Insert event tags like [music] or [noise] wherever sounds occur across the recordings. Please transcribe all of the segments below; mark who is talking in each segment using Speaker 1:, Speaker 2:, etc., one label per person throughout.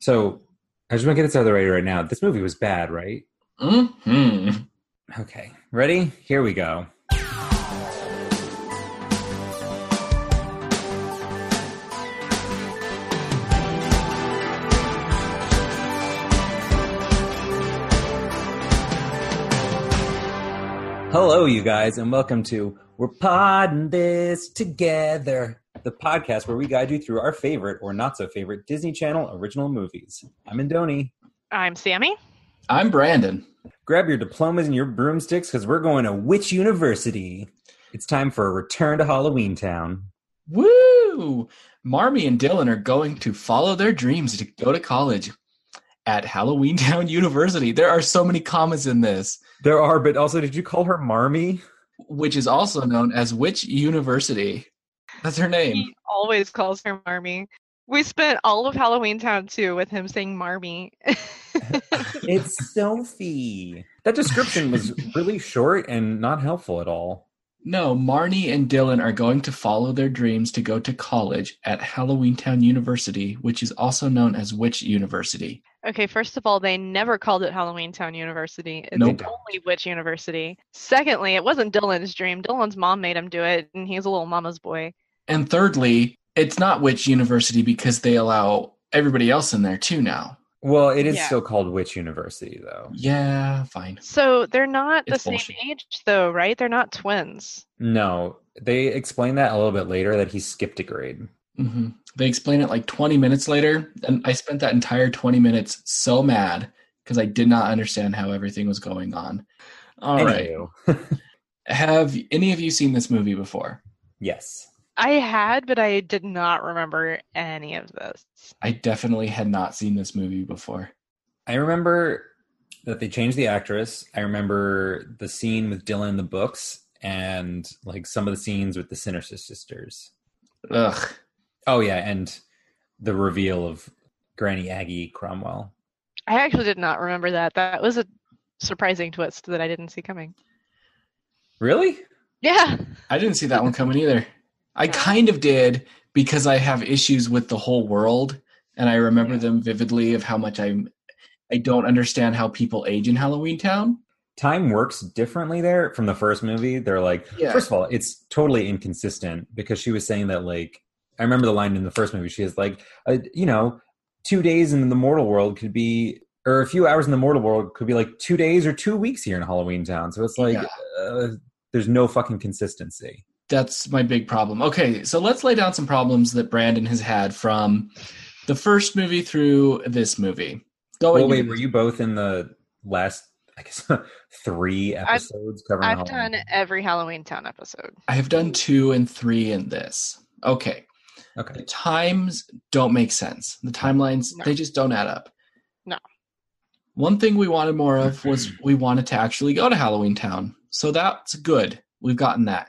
Speaker 1: So I just want to get this out of the way right now. This movie was bad, right?
Speaker 2: Hmm.
Speaker 1: Okay. Ready? Here we go. Hello, you guys, and welcome to We're Podding This Together, the podcast where we guide you through our favorite or not so favorite Disney Channel original movies. I'm Indoni.
Speaker 3: I'm Sammy.
Speaker 2: I'm Brandon.
Speaker 1: Grab your diplomas and your broomsticks because we're going to Witch University. It's time for a return to Halloween Town.
Speaker 2: Woo! Marmy and Dylan are going to follow their dreams to go to college at Halloween [laughs] Town University. There are so many commas in this,
Speaker 1: There are, but also, did you call her Marmy?
Speaker 2: which is also known as which university? That's her name.
Speaker 3: He always calls her Marmy. We spent all of Halloween Town too with him saying Marmy. [laughs]
Speaker 1: It's Sophie. That description was really short and not helpful at all.
Speaker 2: No, Marnie and Dylan are going to follow their dreams to go to college at Halloween Town University, which is also known as which university?
Speaker 3: okay, first of all, they never called it Halloween Town University. It's
Speaker 2: Nope.
Speaker 3: only Witch University. Secondly, it wasn't Dylan's dream. Dylan's mom made him do it, and he's a little mama's boy.
Speaker 2: And thirdly, it's not which university because they allow everybody else in there too now.
Speaker 1: Well, it is
Speaker 3: Yeah.
Speaker 1: still called Witch University, though.
Speaker 2: Yeah, fine.
Speaker 3: So they're not the
Speaker 2: It's
Speaker 3: same
Speaker 2: bullshit.
Speaker 3: age, though, right? They're not twins.
Speaker 1: No, they explain that a little bit later that he skipped a grade.
Speaker 2: hmm They explain it like 20 minutes later, and I spent that entire 20 minutes so mad because I did not understand how everything was going on. All right.
Speaker 1: Anywho,
Speaker 2: Have any of you seen this movie before?
Speaker 1: Yes.
Speaker 3: I had, but I did not remember any of this.
Speaker 2: I definitely had not seen this movie before.
Speaker 1: I remember that they changed the actress. I remember the scene with Dylan in the books and like some of the scenes with the Sinister Sisters.
Speaker 2: Ugh.
Speaker 1: Oh, yeah. And the reveal of Granny Aggie Cromwell.
Speaker 3: I actually did not remember that. That was a surprising twist that I didn't see coming.
Speaker 1: Really?
Speaker 3: Yeah.
Speaker 2: I didn't see that one coming either. I
Speaker 3: Yeah.
Speaker 2: kind of did because I have issues with the whole world and I remember
Speaker 3: Yeah.
Speaker 2: them vividly of how much I'm I don't understand how people age in Halloween Town.
Speaker 1: Time works differently there from the first movie. They're like,
Speaker 2: Yeah.
Speaker 1: first of all, it's totally inconsistent because she was saying that, like, I remember the line in the first movie. She is like, uh, you know, two days in the mortal world could be, or a few hours in the mortal world could be like two days or two weeks here in Halloween Town. So it's like,
Speaker 2: Yeah.
Speaker 1: uh, there's no fucking consistency.
Speaker 2: That's my big problem. Okay, so let's lay down some problems that Brandon has had from the first movie through this movie. Going
Speaker 1: well, wait,
Speaker 2: into
Speaker 1: were
Speaker 2: this-
Speaker 1: you both in the last, I guess, [laughs] three episodes covering
Speaker 3: I've
Speaker 1: Halloween?
Speaker 3: done every Halloween Town episode.
Speaker 2: I have done 2 and 3 in this. Okay.
Speaker 1: Okay.
Speaker 2: the times don't make sense. The timelines
Speaker 3: No.
Speaker 2: they just don't add up.
Speaker 3: No.
Speaker 2: One thing we wanted
Speaker 1: [clears throat]
Speaker 2: more of was we wanted to actually go to Halloween Town. So that's good. We've gotten that.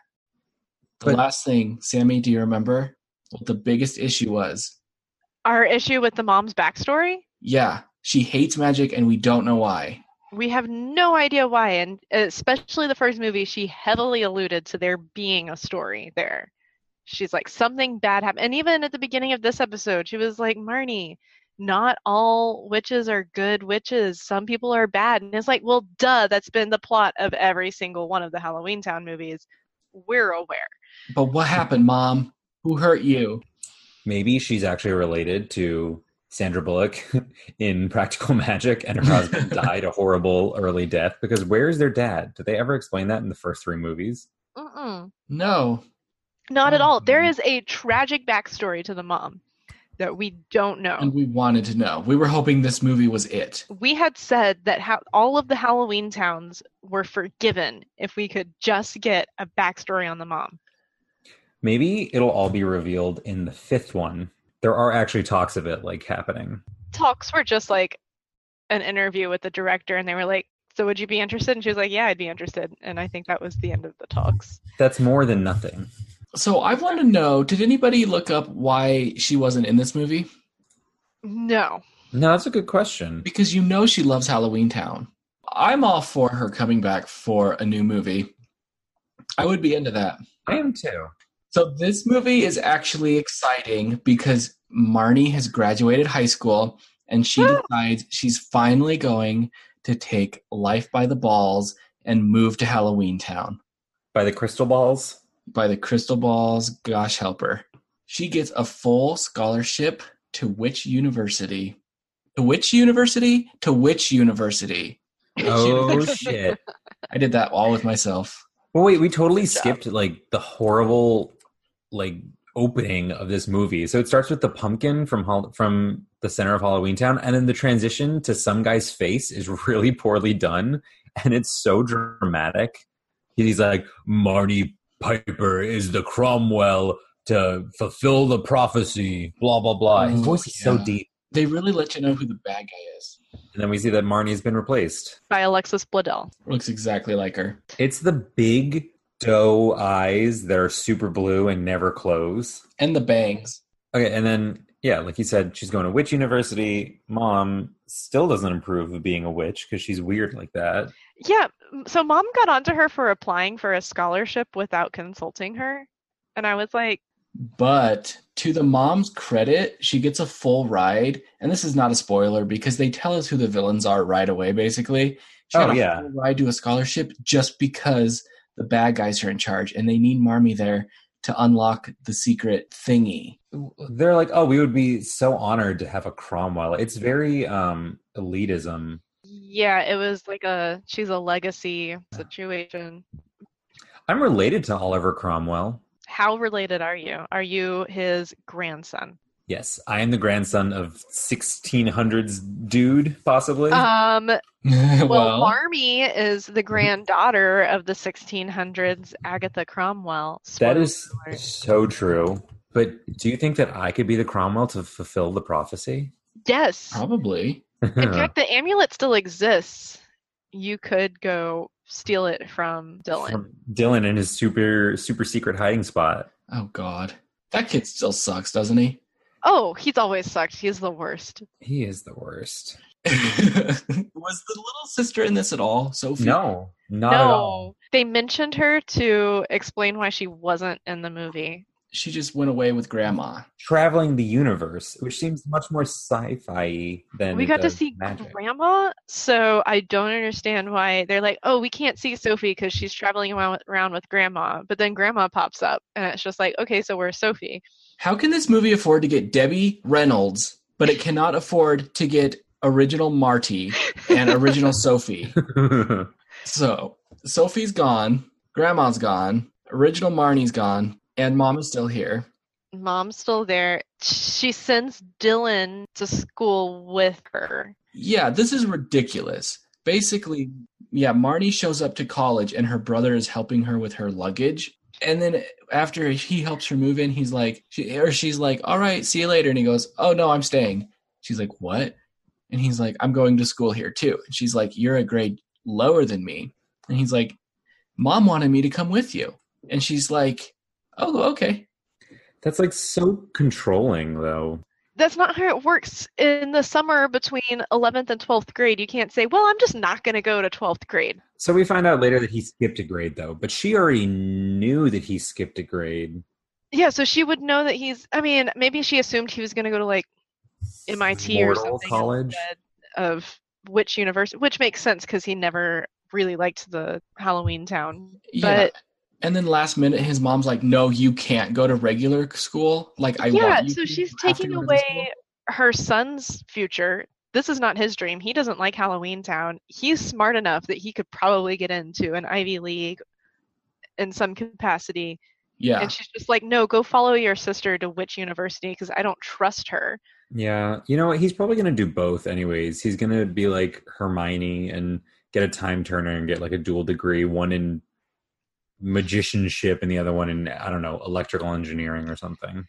Speaker 2: The
Speaker 1: But-
Speaker 2: last thing, Sammy, do you remember what the biggest issue was?
Speaker 3: Our issue with the mom's backstory,
Speaker 2: Yeah, she hates magic and we don't know why.
Speaker 3: we have no idea why. And especially the first movie, she heavily alluded to there being a story there. She's like, something bad happened. And even at the beginning of this episode, she was like, Marnie, not all witches are good witches. Some people are bad. And it's like, well, duh, that's been the plot of every single one of the Halloween Town movies. We're aware.
Speaker 2: But what happened, mom? Who hurt you?
Speaker 1: Maybe she's actually related to Sandra Bullock [laughs] in Practical Magic, and her husband died a horrible early death. Because where is their dad? Did they ever explain that in the first three movies?
Speaker 3: Mm-mm.
Speaker 2: No.
Speaker 3: Not at all. There
Speaker 2: Mhm.
Speaker 3: is a tragic backstory to the mom that we don't know.
Speaker 2: And we wanted to know. We were hoping this movie was it.
Speaker 3: We had said that how all of the Halloween towns were forgiven if we could just get a backstory on the mom.
Speaker 1: Maybe it'll all be revealed in the fifth one. There are actually talks of it like happening.
Speaker 3: Talks were just like an interview with the director, and they were like, "So would you be interested?" And she was like, "Yeah, I'd be interested." And I think that was the end of the talks.
Speaker 1: That's more than nothing.
Speaker 2: So I want to know did anybody look up why she wasn't in this movie?
Speaker 3: No,
Speaker 1: No, that's a good question.
Speaker 2: because you know she loves Halloween Town. I'm all for her coming back for a new movie. I would be into that.
Speaker 1: I am too.
Speaker 2: So this movie is actually exciting because Marnie has graduated high school and she
Speaker 3: Woo!
Speaker 2: decides she's finally going to take life by the balls and move to Halloween Town
Speaker 1: by the crystal balls.
Speaker 2: by the Crystal Balls Gosh Helper. She gets a full scholarship to which university? To which university? To which university?
Speaker 1: [laughs] [laughs] Oh shit!
Speaker 2: I did that all with myself.
Speaker 1: Well, wait, we totally
Speaker 3: job.
Speaker 1: skipped like the horrible like opening of this movie. So it starts with the pumpkin from Hall- from the center of Halloween Town, and then the transition to some guy's face is [laughs] really poorly done, and it's so dramatic. He's like, "Marty Piper is the Cromwell to fulfill the prophecy." Blah blah blah. His
Speaker 2: Oh,
Speaker 1: voice is so
Speaker 2: yeah.
Speaker 1: deep,
Speaker 2: They really let you know who the bad guy is.
Speaker 1: and then we see that Marnie's been replaced.
Speaker 3: by Alexis Bledel.
Speaker 2: Looks exactly like her.
Speaker 1: It's the big doe eyes that are super blue and never close.
Speaker 2: And the bangs.
Speaker 1: Okay, and then yeah, like you said, she's going to witch university. Mom still doesn't approve of being a witch because she's weird like that.
Speaker 3: Yeah, m- so mom got onto her for applying for a scholarship without consulting her. And I was like,
Speaker 2: But to the mom's credit, she gets a full ride. And this is not a spoiler because they tell us who the villains are right away, basically. She
Speaker 1: Oh,
Speaker 2: a
Speaker 1: yeah.
Speaker 2: full ride to a scholarship just because the bad guys are in charge and they need Marmy there to unlock the secret thingy. [laughs]
Speaker 1: They're like, oh, we would be so honored to have a Cromwell. It's very um, elitism.
Speaker 3: yeah, it was like a she's a legacy situation.
Speaker 1: I'm related to Oliver Cromwell.
Speaker 3: How related are you? Are you his
Speaker 1: [laughs]
Speaker 3: grandson?
Speaker 1: Yes, I am the grandson of 1600s dude, possibly.
Speaker 3: Um,
Speaker 2: well,
Speaker 3: well, Marmy is the granddaughter of the 1600s Agatha Cromwell.
Speaker 1: That
Speaker 3: Spoiler
Speaker 1: is
Speaker 3: alert.
Speaker 1: so true. But do you think that I could be the Cromwell to fulfill the prophecy?
Speaker 3: yes.
Speaker 2: probably.
Speaker 3: In
Speaker 1: [laughs]
Speaker 3: fact, the amulet still exists. You could go steal it from Dylan.
Speaker 1: From Dylan in his super super secret hiding spot.
Speaker 2: Oh, God. That kid still sucks, doesn't he? [laughs]
Speaker 3: Oh, he's always sucked. He's the worst.
Speaker 1: He is the worst.
Speaker 2: Was the little sister in this at all, Sophie?
Speaker 1: No, not at all.
Speaker 3: no, they mentioned her to explain why she wasn't in the movie.
Speaker 2: She just went away with grandma.
Speaker 1: Traveling the universe, which seems much more sci-fi than
Speaker 3: we
Speaker 1: it
Speaker 3: got to
Speaker 1: does
Speaker 3: see
Speaker 1: magic.
Speaker 3: Grandma, so I don't understand why they're like, "Oh, we can't see Sophie because she's traveling around around with Grandma." But then Grandma pops up, and it's just like, "Okay, so where's Sophie?"
Speaker 2: How can this movie afford to get Debbie Reynolds, but it cannot afford to get original Marty and original Sophie?
Speaker 1: [laughs]
Speaker 2: So Sophie's gone, Grandma's gone, original Marnie's gone, and Mom is still here.
Speaker 3: [laughs] Mom's still there. She sends Dylan to school with her.
Speaker 2: Yeah, this is ridiculous. Basically, yeah, Marnie shows up to college and her brother is helping her with her luggage. And then after he helps her move in, he's like, she, or she's like, all right, see you later. And he goes, oh no, I'm staying. She's like, what? And he's like, I'm going to school here too. And she's like, you're a grade lower than me. And he's like, mom wanted me to come with you. And she's like, oh, okay.
Speaker 1: That's like so controlling though.
Speaker 3: That's not how it works. In the summer between 11th and 12th grade, you can't say, "Well, I'm just not going to go to 12th grade."
Speaker 1: So we find out later that he skipped a grade though, but she already knew that he skipped a grade.
Speaker 3: Yeah, so she would know that he's. I mean, maybe she assumed he was going to go to like MIT or
Speaker 1: Mortal
Speaker 3: something
Speaker 1: College.
Speaker 3: instead of which university, which makes sense because he never really liked the Halloween Town.
Speaker 2: Yeah.
Speaker 3: But
Speaker 2: And then last minute, his mom's like, "No, you can't go to regular school. Like I
Speaker 3: yeah,
Speaker 2: want you
Speaker 3: so
Speaker 2: to.
Speaker 3: she's
Speaker 2: You have to
Speaker 3: taking
Speaker 2: go to this school."
Speaker 3: away her son's future. This is not his dream. He doesn't like Halloween Town. He's smart enough that he could probably get into an Ivy League in some capacity.
Speaker 2: Yeah,
Speaker 3: And she's just like, no, go follow your sister to which university because I don't trust her.
Speaker 1: Yeah, you know what? He's probably going to do both, anyways. He's going to be like Hermione and get a time turner and get like a dual degree, one in magicianship and the other one in I don't know electrical engineering or something.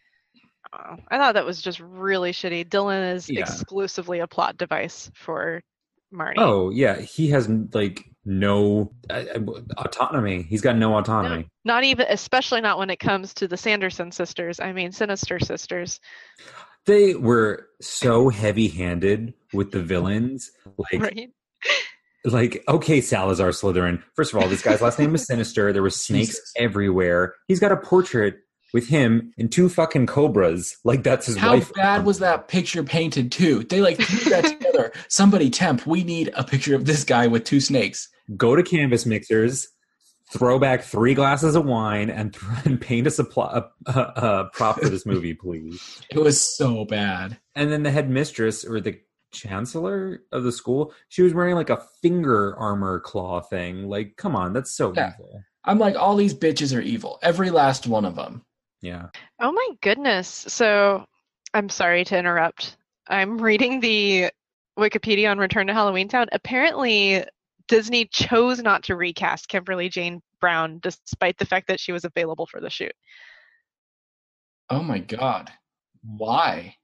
Speaker 3: Oh, I thought that was just really shitty. Dylan is
Speaker 1: Yeah.
Speaker 3: exclusively a plot device for Marnie.
Speaker 1: Oh yeah, he has like no uh, autonomy. He's got no autonomy.
Speaker 3: Not even, especially not when it comes to the Sanderson sisters. I mean, Sinister sisters.
Speaker 1: They were so heavy-handed with the villains, like
Speaker 3: Right?
Speaker 1: like okay salazar slytherin first of all this guy's last name was sinister there were snakes
Speaker 2: Jesus.
Speaker 1: everywhere he's got a portrait with him and two fucking cobras. Like that's his
Speaker 2: How
Speaker 1: wife.
Speaker 2: bad was that picture painted too? They like threw
Speaker 3: [laughs]
Speaker 2: that together. Somebody temp, we need a picture of this guy with two snakes.
Speaker 1: Go to canvas mixers, throw back three glasses of wine, and, [laughs] th- and paint a supply a, a, a prop for this movie, please.
Speaker 2: It was so bad.
Speaker 1: And then the headmistress or the chancellor of the school, she was wearing like a finger armor claw thing. Like, come on, that's so
Speaker 2: Yeah.
Speaker 1: evil.
Speaker 2: I'm like, all these bitches are evil. Every last one of them.
Speaker 1: Yeah.
Speaker 3: Oh my goodness. So I'm sorry to interrupt. I'm reading the Wikipedia on Return to Halloween Town. Apparently, Disney chose not to recast Kimberly Jane Brown despite the fact that she was available for the shoot.
Speaker 2: Oh my god. Why?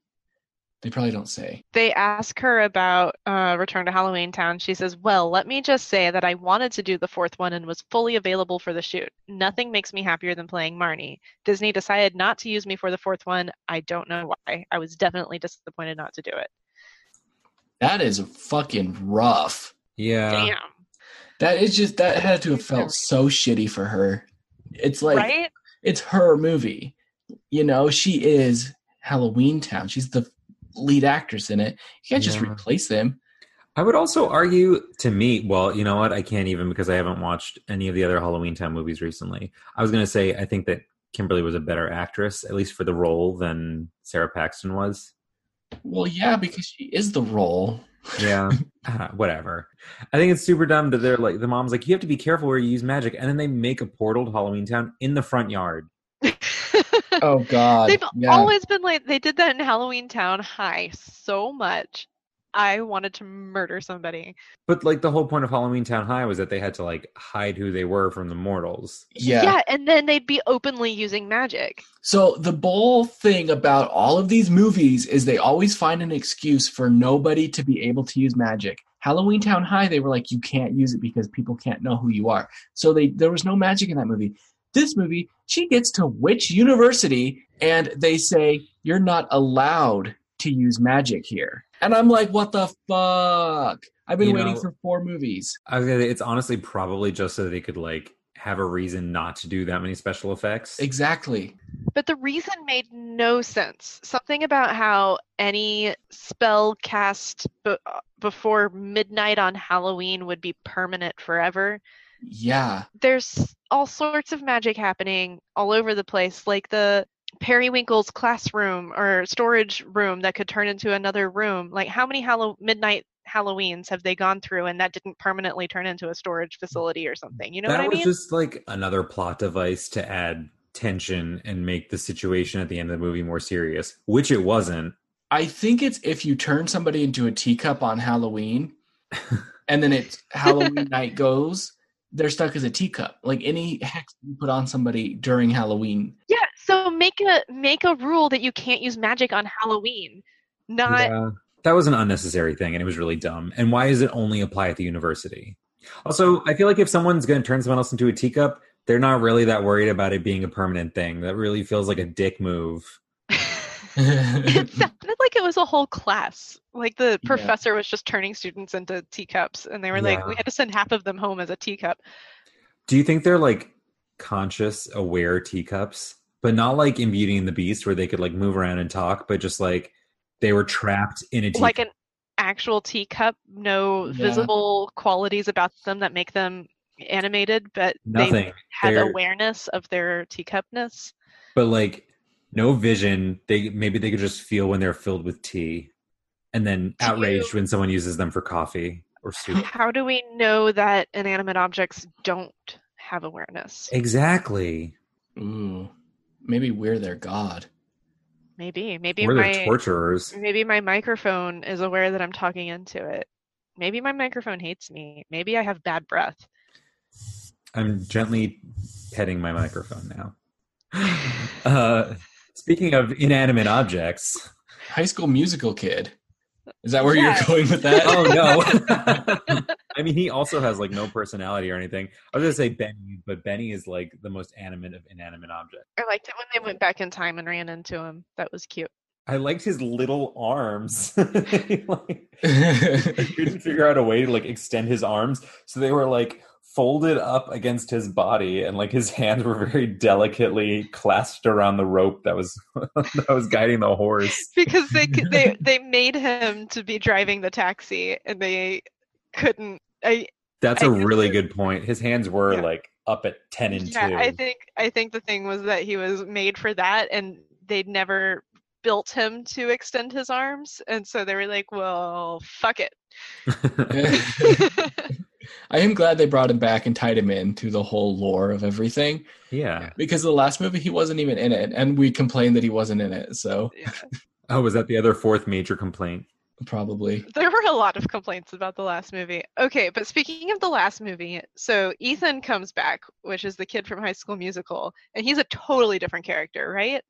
Speaker 2: They probably don't say.
Speaker 3: They ask her about uh, Return to Halloween Town. She says, Well, let me just say that I wanted to do the fourth one and was fully available for the shoot. Nothing makes me happier than playing Marnie. Disney decided not to use me for the fourth one. I don't know why. I was definitely disappointed not to do it.
Speaker 2: That is fucking rough.
Speaker 1: Yeah.
Speaker 3: Damn.
Speaker 2: That is just that had to have felt so shitty for her. It's like
Speaker 3: right?
Speaker 2: it's her movie. You know, she is Halloween Town. She's the lead actress in it. You can't just
Speaker 1: Yeah.
Speaker 2: replace them.
Speaker 1: I would also argue to me, well, you know what? I can't even because I haven't watched any of the other Halloween Town movies recently. I was going to say I think that Kimberly was a better actress, at least for the role, than Sarah Paxton was.
Speaker 2: Well, yeah, because she is the role.
Speaker 1: Yeah, Ah, whatever. I think it's super dumb that they're like the mom's like, you have to be careful where you use magic, and then they make a portal to Halloween Town in the front yard.
Speaker 3: [laughs]
Speaker 2: Oh God.
Speaker 3: They've
Speaker 2: Yeah.
Speaker 3: always been like they did that in Halloween Town High so much. I wanted to murder somebody.
Speaker 1: But like the whole point of Halloween Town High was that they had to like hide who they were from the mortals.
Speaker 2: yeah.
Speaker 3: and then they'd be openly using magic.
Speaker 2: So the bold thing about all of these movies is they always find an excuse for nobody to be able to use magic. Halloween Town High, they were like, you can't use it because people can't know who you are. So they there was no magic in that movie. This movie, she gets to which university and they say you're not allowed to use magic here. And I'm like, what the fuck? I've been
Speaker 1: You
Speaker 2: waiting
Speaker 1: know-
Speaker 2: for four movies.
Speaker 1: I was gonna say it's honestly probably just so they could like have a reason not to do that many special effects.
Speaker 2: Exactly.
Speaker 3: But the reason made no sense. Something about how any spell cast b- before midnight on Halloween would be permanent forever.
Speaker 2: Yeah.
Speaker 3: There's all sorts of magic happening all over the place, like the periwinkle's classroom or storage room that could turn into another room. Like, how many Hallow- midnight Halloweens have they gone through and that didn't permanently turn into a storage facility or something? You know
Speaker 1: that
Speaker 3: what I
Speaker 1: was
Speaker 3: mean?
Speaker 1: just like another plot device to add tension and make the situation at the end of the movie more serious, which it wasn't.
Speaker 2: I think it's if you turn somebody into a teacup on
Speaker 1: [laughs]
Speaker 2: Halloween, and then it's Halloween night goes, they're stuck as a teacup. Like any hex you put on somebody during Halloween.
Speaker 3: yeah. So make a make a rule that you can't use magic on Halloween. Not
Speaker 1: Yeah. That was an unnecessary thing and it was really dumb. And why does it only apply at the university? Also, I feel like if someone's going to turn someone else into a teacup, they're not really that worried about it being a permanent thing. That really feels like a dick move.
Speaker 3: [laughs] it
Speaker 2: [laughs]
Speaker 3: sounded like it was a whole class. Like the
Speaker 2: Yeah.
Speaker 3: professor was just turning students into teacups, and they were like, we had to send half of them home as a teacup.
Speaker 1: Do you think they're like conscious, aware teacups, but not like in Beauty and the Beast where they could like move around and talk, but just like they were trapped in a teacup?
Speaker 3: Like an actual teacup, no
Speaker 2: Yeah.
Speaker 3: visible qualities about them that make them animated, but
Speaker 1: Nothing.
Speaker 3: they had
Speaker 1: They're-
Speaker 3: awareness of their teacupness.
Speaker 1: but like no vision they maybe they could just feel when they're filled with tea and then
Speaker 3: Do
Speaker 1: outraged
Speaker 3: you-
Speaker 1: when someone uses them for coffee or soup
Speaker 3: [laughs] How do we know that inanimate objects don't have awareness?
Speaker 1: exactly
Speaker 2: Ooh. Maybe we're their god.
Speaker 3: Maybe. Maybe
Speaker 1: or they're
Speaker 3: my
Speaker 1: torturers
Speaker 3: Maybe my microphone is aware that I'm talking into it. Maybe my microphone hates me. Maybe I have bad breath.
Speaker 1: i'm gently petting my microphone now [laughs] uh, speaking of inanimate objects
Speaker 2: High school musical kid. Is that where
Speaker 3: Yeah.
Speaker 2: you're going with that?
Speaker 1: oh no [laughs] i mean he also has like no personality or anything i was gonna say benny but benny is like the most animate of inanimate objects
Speaker 3: I liked it when they went back in time and ran into him. That was cute.
Speaker 1: I liked his little arms. [laughs] He, like, he couldn't figure out a way to like extend his arms, so they were like folded up against his body, and like his [laughs] hands were very delicately clasped around the rope that was [laughs] that was guiding the horse.
Speaker 3: [laughs] because they c- they they made him to be driving the taxi and they couldn't I
Speaker 1: That's
Speaker 3: I
Speaker 1: a
Speaker 3: think
Speaker 1: really
Speaker 3: that-
Speaker 1: good point. His hands were
Speaker 3: Yeah.
Speaker 1: like up at ten and
Speaker 3: yeah,
Speaker 1: two.
Speaker 3: I think I think the thing was that he was made for that and they'd never built him to extend his arms and so they were like, well, fuck it. [laughs]
Speaker 2: [laughs] I am glad they brought him back and tied him in to the whole lore of everything
Speaker 1: [laughs] yeah.
Speaker 2: because the last movie he wasn't even in it, and we complained that he wasn't in it. So
Speaker 3: Yeah.
Speaker 1: Oh, was that the other fourth major complaint? [laughs]
Speaker 2: probably,
Speaker 3: There were a lot of complaints about the last movie. Okay, but speaking of the last movie, so Ethan comes back, which is the kid from High School Musical, and he's a totally different character, right?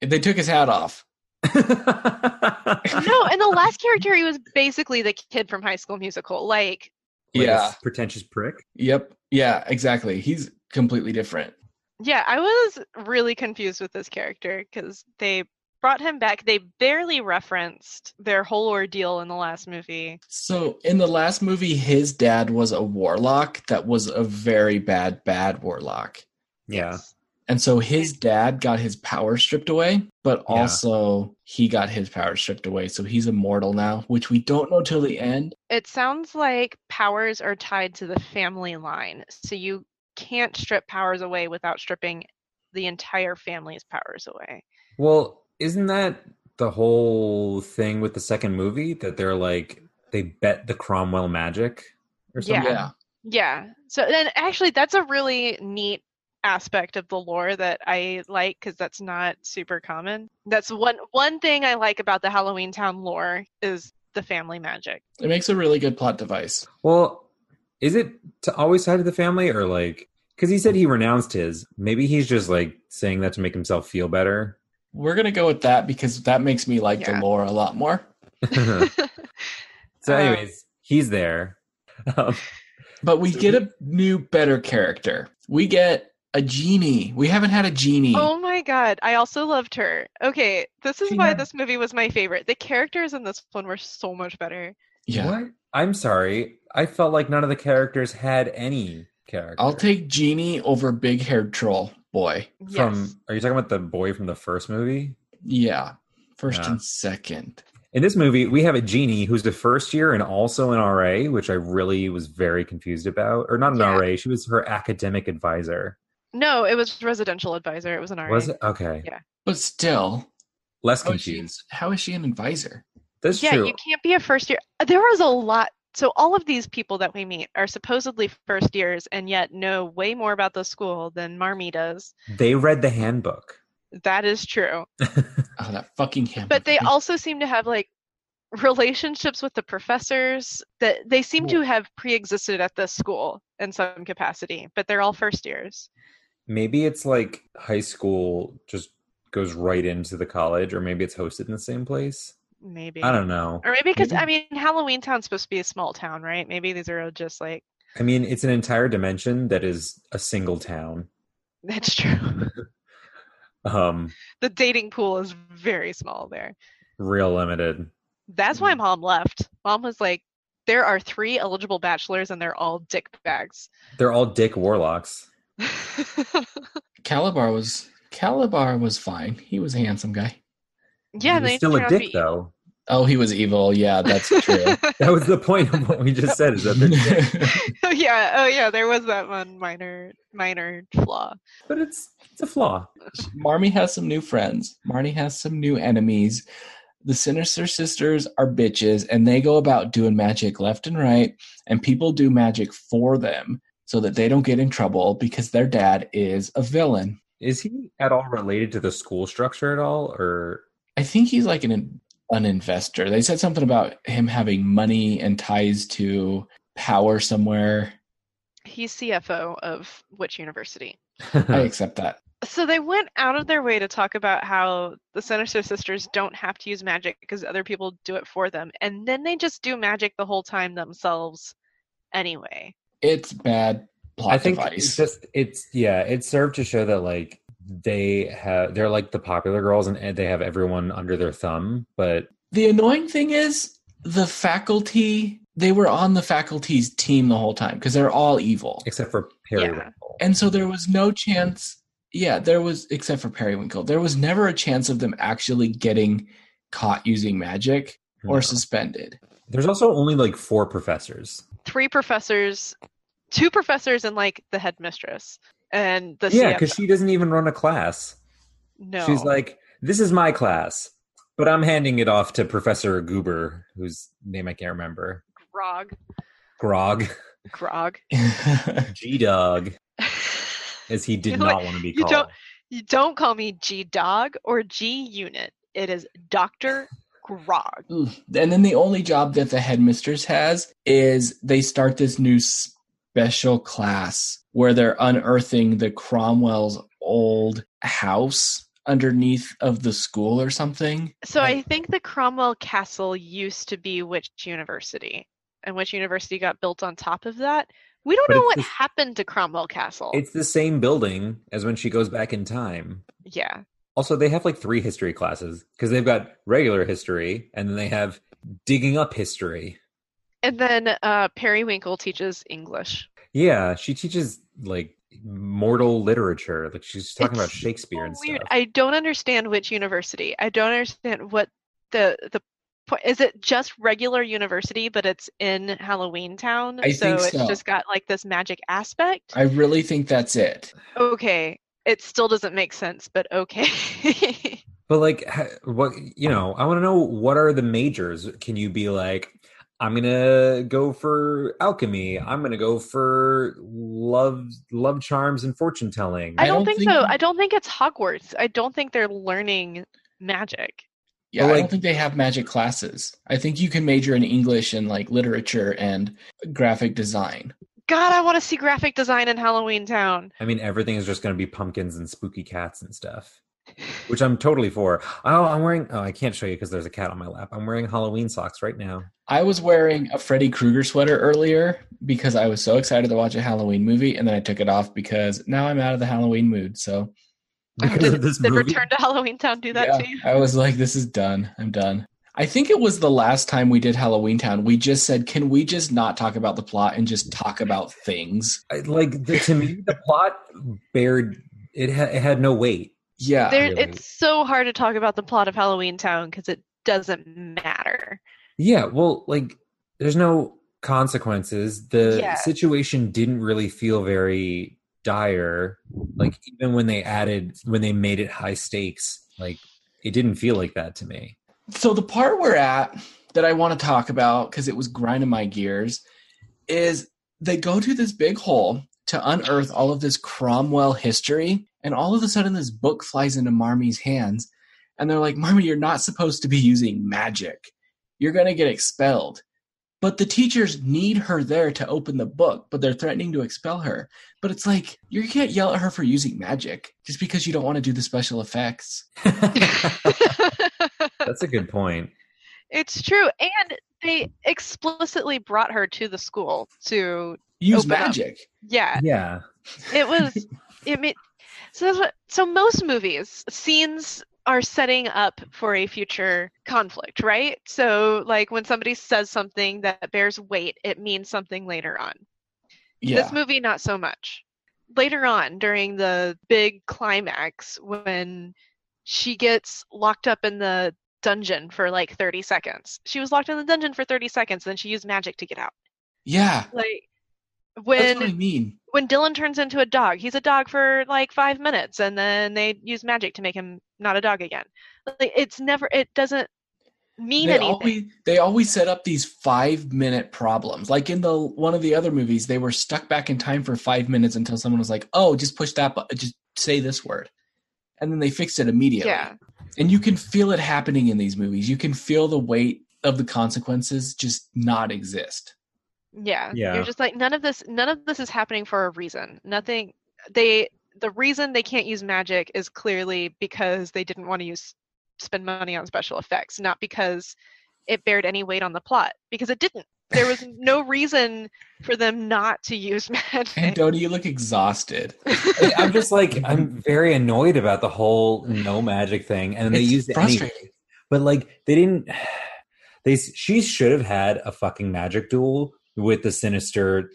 Speaker 2: they took his hat off.
Speaker 3: no, and the last character he was basically the kid from High School Musical. Like,
Speaker 1: Like a
Speaker 2: Yeah.
Speaker 1: pretentious prick.
Speaker 2: Yep. Yeah. Exactly. He's completely different.
Speaker 3: yeah, I was really confused with this character because they brought him back. They barely referenced their whole ordeal in the last movie.
Speaker 2: So in the last movie, his dad was a warlock that was a very bad, bad warlock.
Speaker 1: Yeah.
Speaker 2: And so his dad got his power stripped away, but
Speaker 1: Yeah.
Speaker 2: also he got his power stripped away. So he's immortal now, which we don't know till the end.
Speaker 3: It sounds like powers are tied to the family line, so you can't strip powers away without stripping the entire family's powers away.
Speaker 1: Well, isn't that the whole thing with the second movie that they're like they bet the Cromwell magic or something?
Speaker 3: Yeah. Yeah. So then actually that's a really neat aspect of the lore that I like cuz that's not super common. That's one one thing I like about the Halloween Town lore is the family magic.
Speaker 2: It makes a really good plot device.
Speaker 1: Well, is it to always side of the family or like because he said he renounced his? Maybe he's just like saying that to make himself feel better. [laughs]
Speaker 2: We're going to go with that because that makes me like
Speaker 3: Yeah.
Speaker 2: the lore a lot more.
Speaker 1: so,
Speaker 3: Um,
Speaker 1: anyways, he's there. Um,
Speaker 2: But we get a new, better character. We get a genie. We haven't had a genie.
Speaker 3: [laughs] Oh my god, I also loved her. Okay, this is
Speaker 2: She
Speaker 3: why
Speaker 2: had-
Speaker 3: this movie was my favorite. The characters in this one were so much better.
Speaker 2: yeah.
Speaker 1: What? I'm sorry. I felt like none of the characters had any character.
Speaker 2: I'll take genie over big haired troll boy.
Speaker 1: from.
Speaker 3: Yes.
Speaker 1: Are you talking about the boy from the first movie?
Speaker 2: Yeah. First
Speaker 1: Yeah.
Speaker 2: and second.
Speaker 1: In this movie, we have a genie who's a first year and also an RA, which I really was very confused about. Or not an
Speaker 3: Yeah.
Speaker 1: RA, she was her academic advisor.
Speaker 3: No, it was residential advisor. It was an RA.
Speaker 1: Was it? Okay.
Speaker 3: Yeah. Oh,
Speaker 2: But still,
Speaker 1: Less
Speaker 2: how is, she,
Speaker 1: confused.
Speaker 2: how is she an advisor?
Speaker 1: That's
Speaker 3: yeah,
Speaker 1: true.
Speaker 3: you can't be a first year. There was a lot. So all of these people that we meet are supposedly first years and yet know way more about the school than Marmee does.
Speaker 1: They read the handbook.
Speaker 3: That is true.
Speaker 2: Oh, that fucking him.
Speaker 1: [laughs]
Speaker 3: But they also seem to have like relationships with the professors that they seem to have pre-existed at this school in some capacity, but they're all first years.
Speaker 1: Maybe it's like high school just goes right into the college, or maybe it's hosted in the same place.
Speaker 3: Maybe.
Speaker 1: I don't know.
Speaker 3: Or maybe because
Speaker 2: Maybe.
Speaker 3: I mean Halloween Town's supposed to be a small town, right? Maybe these are all just like [laughs]
Speaker 1: I mean, it's an entire dimension that is a single town.
Speaker 3: that's true.
Speaker 1: Um,
Speaker 3: the dating pool is very small there.
Speaker 1: real limited.
Speaker 3: That's
Speaker 1: Mm-hmm.
Speaker 3: why mom left. Mom was like, there are three eligible bachelors and they're all dick bags. [laughs]
Speaker 1: They're all dick warlocks.
Speaker 2: Calabar was Calabar was fine. He was a handsome guy.
Speaker 3: yeah,
Speaker 1: He was
Speaker 3: they
Speaker 1: still
Speaker 3: turn
Speaker 1: a
Speaker 3: out to
Speaker 1: dick
Speaker 3: be- [laughs]
Speaker 1: though.
Speaker 2: Oh, he was evil. Yeah, that's true.
Speaker 1: That was the point of what we just said. Is that they're
Speaker 2: [laughs]
Speaker 1: dicks.
Speaker 3: oh yeah, oh yeah, there was that one minor minor flaw.
Speaker 1: but it's it's a flaw.
Speaker 2: Marmy has some new friends. Marnie has some new enemies. The Sinister Sisters are bitches, and they go about doing magic left and right, and people do magic for them so that they don't get in trouble because their dad is a villain.
Speaker 1: Is he at all related to the school structure at all, or
Speaker 2: I think he's like an an investor. They said something about him having money and ties to power somewhere.
Speaker 3: He's CFO of which university?
Speaker 1: [laughs]
Speaker 2: I accept that.
Speaker 3: So they went out of their way to talk about how the Sinister Sisters don't have to use magic because other people do it for them, and then they just do magic the whole time themselves anyway.
Speaker 2: It's bad plot
Speaker 1: I think it's
Speaker 2: device.
Speaker 1: just it's yeah, it served to show that like they have they're like the popular girls and they have everyone under their thumb, but
Speaker 2: the annoying thing is the faculty they were on the faculty's team the whole time because they're all evil.
Speaker 1: except for Perry.
Speaker 3: Yeah.
Speaker 1: Russell.
Speaker 2: And so there was no chance. Yeah, there was, except for Periwinkle, there was never a chance of them actually getting caught using magic or suspended. [laughs]
Speaker 1: There's also only like four professors.
Speaker 3: Three professors, two professors, and like the headmistress and the
Speaker 1: yeah,
Speaker 3: CFO.
Speaker 1: because she doesn't even run a class.
Speaker 3: no,
Speaker 1: She's like, this is my class, but I'm handing it off to Professor Goober, whose name I can't remember.
Speaker 3: grog,
Speaker 1: Grog. [laughs]
Speaker 3: grog. [laughs]
Speaker 1: G Dog, as he did
Speaker 3: [laughs] You're
Speaker 1: not want to be
Speaker 3: you
Speaker 1: called.
Speaker 3: don't- You don't call me G Dog or G Unit. It is Doctor Grog.
Speaker 2: and then the only job that the headmistress has is they start this new special class where they're unearthing the Cromwell's old house underneath of the school or something.
Speaker 3: So
Speaker 2: Right.
Speaker 3: I think the Cromwell Castle used to be which university, and which university got built on top of that. We don't
Speaker 1: But
Speaker 3: know
Speaker 1: it's
Speaker 3: what
Speaker 1: just-
Speaker 3: happened to Cromwell Castle.
Speaker 1: It's the same building as when she goes back in time.
Speaker 3: yeah,
Speaker 1: Also, they have like three history classes because they've got regular history and then they have digging up history.
Speaker 3: and then uh, Periwinkle teaches English.
Speaker 1: Yeah, she teaches like mortal literature. Like she's talking about
Speaker 3: It's
Speaker 1: Shakespeare and
Speaker 3: So weird.
Speaker 1: stuff.
Speaker 3: I don't understand which university. I don't understand what the the po- is it just regular university, but it's in Halloween Town,
Speaker 2: I
Speaker 3: so
Speaker 2: think so.
Speaker 3: it's just got like this magic aspect.
Speaker 2: I really think that's it.
Speaker 3: okay, it still doesn't make sense, but [laughs] okay.
Speaker 1: But like, ha- what you know, I want to know what are the majors? Can you be like, I'm gonna go for alchemy. I'm gonna go for love, love charms, and fortune telling.
Speaker 3: I
Speaker 2: I
Speaker 3: don't
Speaker 2: don't
Speaker 3: think
Speaker 2: think-
Speaker 3: so. I don't think it's Hogwarts. I don't think they're learning magic.
Speaker 2: Yeah,
Speaker 1: Well,
Speaker 2: I
Speaker 1: like-
Speaker 2: don't think they have magic classes. I think you can major in English and like literature and graphic design.
Speaker 3: God, I want to see graphic design in Halloween Town.
Speaker 1: I mean, everything is just going to be pumpkins and spooky cats and stuff, which I'm totally for. Oh, I'm wearing. Oh, I can't show you because there's a cat on my lap. I'm wearing Halloween socks right
Speaker 3: [laughs]
Speaker 1: now.
Speaker 2: I was wearing a Freddy Krueger sweater earlier because I was so excited to watch a Halloween movie, and then I took it off because now I'm out of the Halloween mood. So
Speaker 1: Because
Speaker 3: did,
Speaker 1: of this
Speaker 3: did
Speaker 1: movie.
Speaker 3: Return to Halloween Town do that
Speaker 2: yeah,
Speaker 3: to you?
Speaker 2: I was like, this is done. I'm done. I think it was the last time we did Halloween Town. We just said, can we just not talk about the plot and just talk about things?
Speaker 1: I- like the, to me, the plot bared. It, ha- it had no weight.
Speaker 2: Yeah.
Speaker 3: There,
Speaker 1: really.
Speaker 3: It's so hard to talk about the plot of Halloween Town because it doesn't matter. [laughs]
Speaker 1: Yeah, well, like there's no consequences. The
Speaker 3: Yeah.
Speaker 1: situation didn't really feel very dire. Like even when they added when they made it high stakes, like it didn't feel like that to me.
Speaker 2: So the part we're at that I want to talk about because it was grinding my gears is they go to this big hole to unearth all of this Cromwell history, and all of a sudden this book flies into Marmy's hands, and they're like, "Marmy, you're not supposed to be using magic. You're gonna get expelled." But the teachers need her there to open the book, but they're threatening to expel her. But it's like you can't yell at her for using magic just because you don't want to do the special effects.
Speaker 1: That's a good point.
Speaker 3: it's true. And they explicitly brought her to the school to,
Speaker 2: Use
Speaker 3: Open up.
Speaker 2: magic.
Speaker 3: [laughs] yeah,
Speaker 1: Yeah.
Speaker 3: it was it made so that's what so most movies scenes are setting up for a future conflict right so like when somebody says something that bears weight it means something later on
Speaker 2: Yeah.
Speaker 3: this movie not so much later on during the big climax when she gets locked up in the dungeon for like 30 seconds she was locked in the dungeon for 30 seconds then she used magic to get out
Speaker 2: yeah.
Speaker 3: like
Speaker 2: That's
Speaker 3: when
Speaker 2: what I mean.
Speaker 3: when Dylan turns into a dog, he's a dog for like five minutes, and then they use magic to make him not a dog again. Like it's never, it doesn't mean
Speaker 2: They
Speaker 3: anything.
Speaker 2: always, they always set up these five minute problems. Like in the one of the other movies, they were stuck back in time for five minutes until someone was like, "Oh, just push that, but just say this word," and then they fixed it immediately.
Speaker 3: yeah,
Speaker 2: And you can feel it happening in these movies. You can feel the weight of the consequences just not exist.
Speaker 3: yeah,
Speaker 1: Yeah.
Speaker 3: You're just like none of this, none of this is happening for a reason. Nothing. They the reason they can't use magic is clearly because they didn't want to use spend money on special effects, not because it bared any weight on the plot. Because it didn't. There was no reason for them not to use [laughs]
Speaker 2: And
Speaker 3: magic.
Speaker 2: Dodie, you look exhausted. [laughs]
Speaker 1: I- I'm just like I'm very annoyed about the whole no magic thing, and they
Speaker 2: It's
Speaker 1: used it anyway.
Speaker 2: frustrating.
Speaker 1: But like they didn't. They she should have had a fucking magic duel with the sinister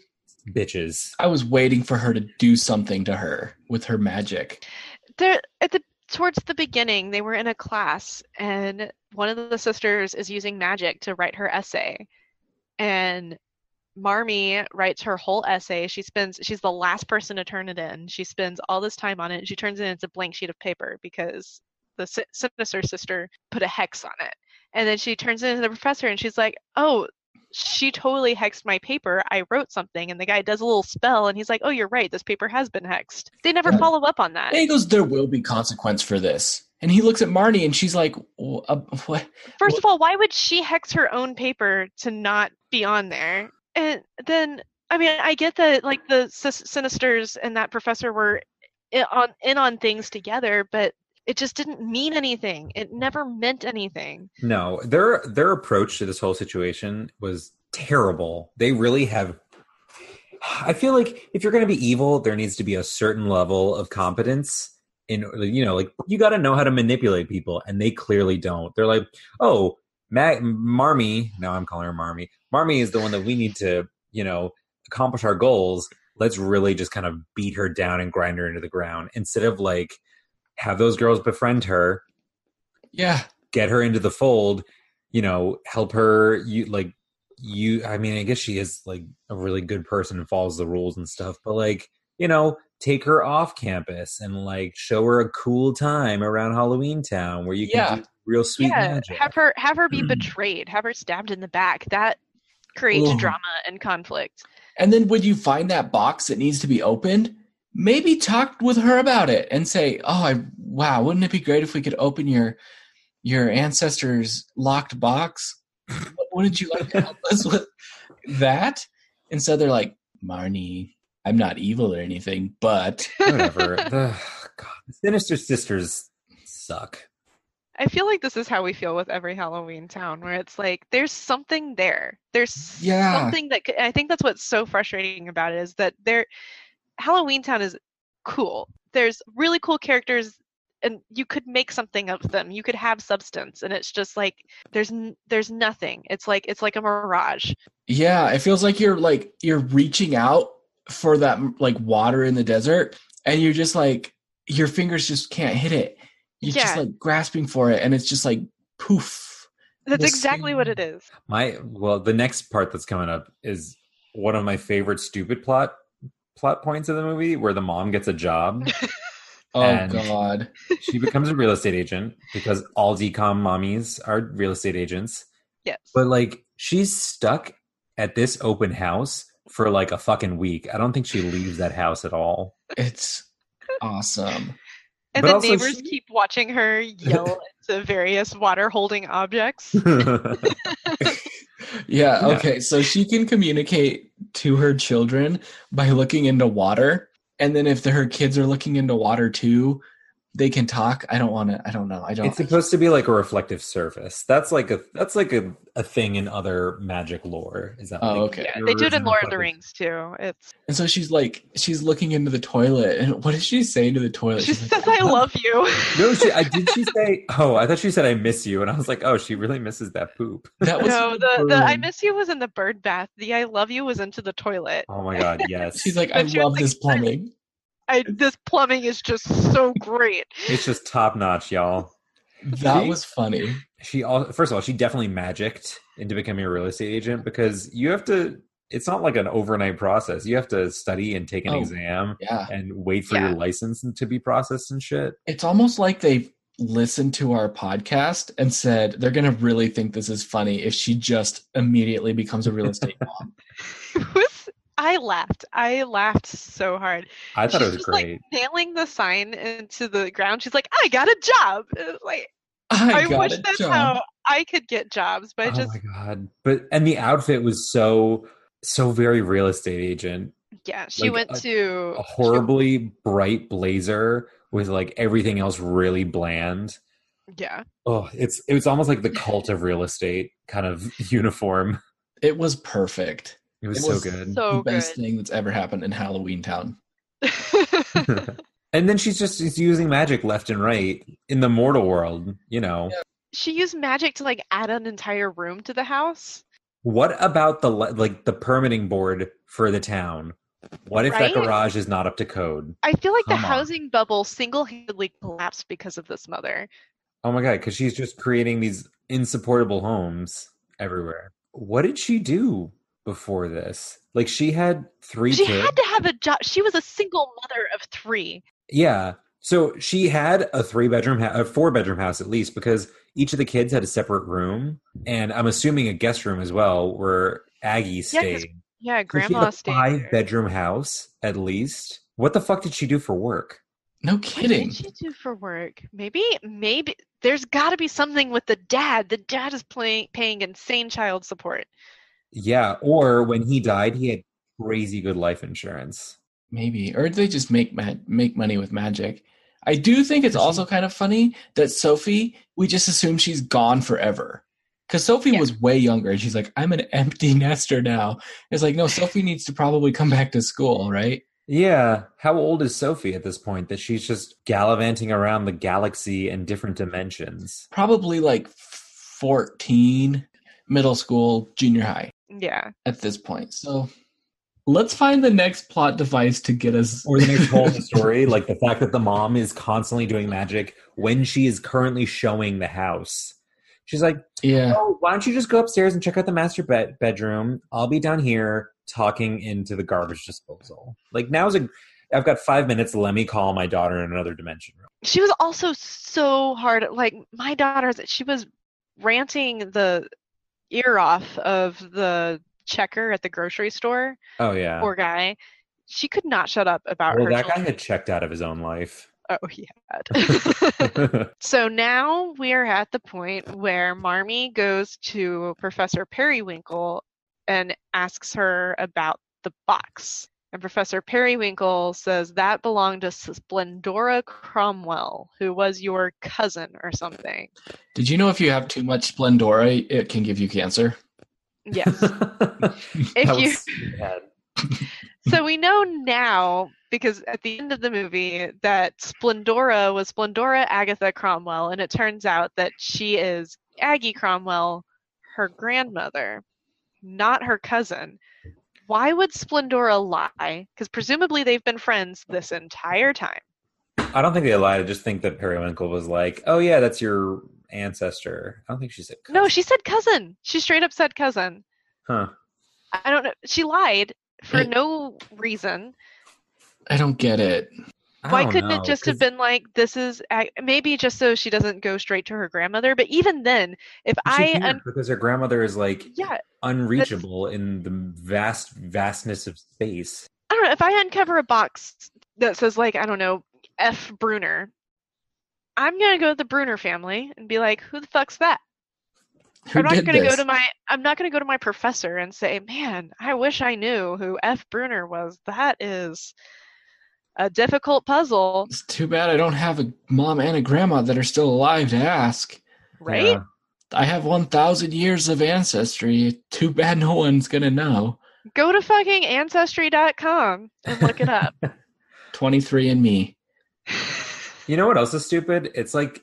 Speaker 1: bitches.
Speaker 2: I was waiting for her to do something to her with her magic.
Speaker 3: There at the towards the beginning, they were in a class, and one of the sisters is using magic to write her essay, and Marmee writes her whole essay. She spends she's the last person to turn it in. She spends all this time on it. and She turns it into a blank sheet of paper because the si- sinister sister put a hex on it. And then she turns it into the professor and she's like, "Oh, she totally hexed my paper. I wrote something." And the guy does a little spell and he's like, "Oh, you're right. This paper has been hexed." They never
Speaker 2: Yeah.
Speaker 3: follow up on that.
Speaker 2: And he goes, "There will be consequence for this." And he looks at Marnie, and she's like, "Wh- uh, "What?"
Speaker 3: First of all, why would she hex her own paper to not be on there? And then, I mean, I get that like the sis- sinisters and that professor were in on in on things together, but it just didn't mean anything. It never meant anything.
Speaker 1: No, their their approach to this whole situation was terrible. They really have. I feel like if you're going to be evil, there needs to be a certain level of competence. In you know, like you got to know how to manipulate people, and they clearly don't. They're like, oh, Ma- Marmy. Now I'm calling her Marmy. Marmy is the one that we need to, you know, accomplish our goals. Let's really just kind of beat her down and grind her into the ground instead of like have those girls befriend her
Speaker 2: Yeah,
Speaker 1: get her into the fold you know help her you like you i mean i guess she is like a really good person and follows the rules and stuff but like you know take her off campus and like show her a cool time around halloween town where you can
Speaker 2: Yeah.
Speaker 1: do real sweet
Speaker 3: yeah,
Speaker 1: magic
Speaker 3: have her have her be
Speaker 1: Mhm.
Speaker 3: betrayed. Have her stabbed in the back. That creates
Speaker 2: Ooh.
Speaker 3: drama and conflict.
Speaker 2: And then when you find that box that needs to be opened, maybe talk with her about it and say, "Oh, I wow, wouldn't it be great if we could open your your ancestors' locked box? Wouldn't you like to help us with that?" Instead, they're like, "Marnie, I'm not evil or anything, but
Speaker 3: [laughs]
Speaker 1: whatever Ugh, God, the sinister sisters suck
Speaker 3: I feel like this is how we feel with every Halloween town, where it's like there's something there. There's
Speaker 2: Yeah.
Speaker 3: something that c- I think that's what's so frustrating about it is that there, Halloween town is cool. There's really cool characters, and you could make something of them. You could have substance, and it's just like there's n- there's nothing. It's like it's like a mirage.
Speaker 2: yeah, it feels like you're like you're reaching out for that like water in the desert, and you're just like your fingers just can't hit it. You're just
Speaker 3: Yeah.
Speaker 2: like grasping for it, and it's just like poof."
Speaker 3: That's
Speaker 2: We'll
Speaker 3: exactly
Speaker 2: see.
Speaker 3: what it is.
Speaker 1: my well the next part that's coming up is one of my favorite stupid plot plot points of the movie where the mom gets a job
Speaker 2: Oh
Speaker 1: And- [laughs]
Speaker 2: God!
Speaker 1: she becomes a real estate agent because all decom mommies are real estate agents.
Speaker 3: Yes.
Speaker 1: But like she's stuck at this open house for like a fucking week. I don't think she leaves that house at
Speaker 2: [laughs]
Speaker 1: all.
Speaker 2: It's awesome.
Speaker 3: and
Speaker 1: but
Speaker 3: the
Speaker 1: also
Speaker 3: neighbors
Speaker 1: she-
Speaker 3: keep watching her yell into various water holding objects.
Speaker 2: Yeah.
Speaker 1: Yeah.
Speaker 2: Okay. So she can communicate to her children by looking into water, and then if the- her kids are looking into water too, they can talk. I don't want to. I don't know. I don't.
Speaker 1: it's supposed to be like a reflective surface. That's like a that's like a, a thing in other magic lore. Is that
Speaker 2: Oh,
Speaker 1: like,
Speaker 2: okay.
Speaker 3: Yeah, they do it in
Speaker 1: mirrors
Speaker 3: Lord of
Speaker 1: reflective-
Speaker 3: the Rings too. It's
Speaker 2: and so she's like, she's looking into the toilet, and what does she say to the toilet?
Speaker 3: she
Speaker 2: She's
Speaker 3: says,
Speaker 2: like,
Speaker 3: "I love you."
Speaker 1: [laughs] [laughs] No, she, I did. She say, "Oh, I thought she said I miss you," and I was like, "Oh, she really misses that poop."
Speaker 2: That was
Speaker 3: No, the, the I
Speaker 2: burn."
Speaker 3: miss you was in the bird bath. The I love you was into the toilet.
Speaker 1: Oh my
Speaker 2: [laughs]
Speaker 1: god, yes.
Speaker 2: She's like, I
Speaker 3: But she was
Speaker 2: love
Speaker 3: like,
Speaker 2: this plumbing.
Speaker 3: I, this plumbing is just so great.
Speaker 1: it's just top notch, y'all.
Speaker 2: That
Speaker 1: She-
Speaker 2: was funny.
Speaker 1: she all first of all she definitely magicked into becoming a real estate agent because you have to it's not like an overnight process you have to study and take an
Speaker 2: Oh.
Speaker 1: exam
Speaker 2: Yeah.
Speaker 1: and wait for
Speaker 3: Yeah.
Speaker 1: your license and- to be processed and shit
Speaker 2: It's almost like they've listened to our podcast and said they're going to really think this is funny if she just immediately becomes a real estate mom.
Speaker 3: [laughs] It was I laughed. I laughed so hard.
Speaker 1: i thought
Speaker 3: She's
Speaker 1: it was
Speaker 3: just, like,
Speaker 1: great
Speaker 3: Nailing the sign into the ground. She's like, "I got a job." It's Like
Speaker 2: I,
Speaker 3: I,
Speaker 2: got
Speaker 3: wish
Speaker 2: a
Speaker 3: that's
Speaker 2: job.
Speaker 3: how I could get jobs by
Speaker 1: oh
Speaker 3: just
Speaker 1: my god but and the outfit was so so very real estate agent
Speaker 3: yeah.
Speaker 1: like, uh,
Speaker 3: She
Speaker 1: oh,
Speaker 3: went
Speaker 1: a-
Speaker 3: to
Speaker 1: a horribly bright blazer with like everything else really bland
Speaker 3: yeah.
Speaker 1: oh it's it was almost like
Speaker 3: [laughs]
Speaker 1: the cult of real estate kind of [laughs] uniform
Speaker 2: It was perfect.
Speaker 1: it was,
Speaker 2: It was
Speaker 1: so good
Speaker 3: So
Speaker 2: the best thing that's ever happened in Halloween Town.
Speaker 3: good. [laughs]
Speaker 1: [laughs] and then she's just she's using magic left and right in the mortal world, you know.
Speaker 3: she used magic to like add an entire room to the house.
Speaker 1: What about the le- like the permitting board for the town? What if
Speaker 3: Right?
Speaker 1: that garage is not up to code?
Speaker 3: I feel like the
Speaker 1: Come on.
Speaker 3: housing bubble single-handedly collapsed because of this mother.
Speaker 1: Oh my god, because she's just creating these insupportable homes everywhere. What did she do before this? Like she had three
Speaker 3: She
Speaker 1: kids.
Speaker 3: had to have a job. She was a single mother of three.
Speaker 1: yeah. So she had a three bedroom, ha- a four bedroom house at least, because each of the kids had a separate room, and I'm assuming a guest room as well, where Aggie
Speaker 3: Yeah, 'cause
Speaker 1: stayed.
Speaker 3: Yeah,
Speaker 1: So she had
Speaker 3: grandma
Speaker 1: a
Speaker 3: stayed.
Speaker 1: five
Speaker 3: there.
Speaker 1: bedroom house at least. What the fuck did she do for work?
Speaker 2: No
Speaker 3: What
Speaker 2: kidding.
Speaker 3: did she do for work? Maybe, maybe there's got to be something with the dad. The dad is playing, paying insane child support.
Speaker 1: Yeah, or when he died, he had crazy good life insurance.
Speaker 2: Maybe, or they just make ma- make money with magic. I do think it's
Speaker 1: Does she-
Speaker 2: also kind of funny that Sophie, we just assume she's gone forever. Because Sophie
Speaker 3: Yeah.
Speaker 2: was way younger and she's like, I'm an empty [laughs] nester now. It's like, no, Sophie needs to probably come back to school, right?
Speaker 1: Yeah, how old is Sophie at this point that she's just gallivanting around the galaxy and different dimensions?
Speaker 2: Probably like 14, middle school, junior high
Speaker 3: Yeah,
Speaker 2: at this point. So let's find the next plot device to get us.
Speaker 1: Or the
Speaker 2: [laughs]
Speaker 1: next
Speaker 3: [laughs]
Speaker 1: whole story, like the fact that the mom is constantly doing magic when she is currently showing the house. She's like,
Speaker 2: yeah.
Speaker 1: "Oh, why don't you just go upstairs and check out the master bed- bedroom? I'll be down here talking into the garbage disposal." Like now's a, I've got five minutes. Let me call my daughter in another dimension.
Speaker 3: she was also so hard. Like my daughter's, she was ranting the ear off of the checker at the grocery store.
Speaker 1: Oh yeah.
Speaker 3: Poor guy. She could not shut up about
Speaker 1: well,
Speaker 3: her.
Speaker 1: that guy
Speaker 3: children.
Speaker 1: had checked out of his own
Speaker 3: [laughs]
Speaker 1: life. [laughs]
Speaker 3: Oh, he had. [laughs] So now we are at the point where Marmee goes to Professor Periwinkle and asks her about the box. And Professor Periwinkle says that belonged to Splendora Cromwell, who was your cousin or something.
Speaker 2: Did you know if you have too much Splendora, it can give you cancer?
Speaker 1: [laughs]
Speaker 3: Yes.
Speaker 1: if
Speaker 3: you- so we know now, because at the end of the movie, that Splendora was Splendora Agatha Cromwell, and it turns out that she is Aggie Cromwell, her grandmother, not her cousin. Why would Splendora lie? Because presumably they've been friends this entire time.
Speaker 1: I don't think they lied. I just think that Periwinkle was like, "Oh yeah, that's your ancestor." I don't think she said.
Speaker 3: No,
Speaker 1: cousin.
Speaker 3: she said cousin. She straight up said cousin.
Speaker 1: Huh.
Speaker 3: I don't know. She lied for
Speaker 2: Right.
Speaker 3: no reason.
Speaker 2: I don't get it.
Speaker 1: I
Speaker 3: Why
Speaker 1: don't
Speaker 3: couldn't
Speaker 1: know,
Speaker 3: it just have
Speaker 1: 'cause
Speaker 3: been like this is I- maybe just so she doesn't go straight to her grandmother? But even then, if
Speaker 1: She
Speaker 3: I
Speaker 1: can't,
Speaker 3: un-
Speaker 1: because her grandmother is like
Speaker 3: yeah,
Speaker 1: unreachable in the vast vastness of space.
Speaker 3: I don't know if I uncover a box that says like I don't know F Bruner, I'm gonna go to the Bruner family and be like, who the fuck's that?
Speaker 2: Who
Speaker 3: I'm not
Speaker 2: did
Speaker 3: gonna
Speaker 2: this?
Speaker 3: go to my I'm not gonna go to my professor and say, man, I wish I knew who F Bruner was. That is a difficult puzzle,
Speaker 2: It's too bad I don't have a mom and a grandma that are still alive to ask.
Speaker 3: right?
Speaker 1: Yeah.
Speaker 2: I have 1,000 years of ancestry. Too bad no one's going to know.
Speaker 3: Go to fucking ancestry.com and look
Speaker 1: [laughs]
Speaker 3: it up.
Speaker 2: 23 and me.
Speaker 1: You know what else is stupid? It's like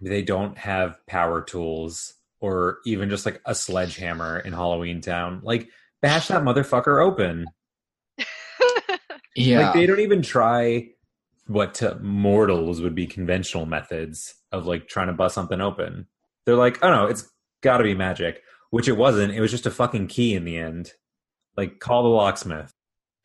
Speaker 1: they don't have power tools or even just like a sledgehammer in Halloween Town. Like bash that motherfucker open.
Speaker 3: [laughs]
Speaker 2: Yeah.
Speaker 1: Like they don't even try what to mortals would be conventional methods of like trying to bust something open. They're like, oh no, it's got to be magic, which it wasn't. It was just a fucking key in the end. Like call the locksmith.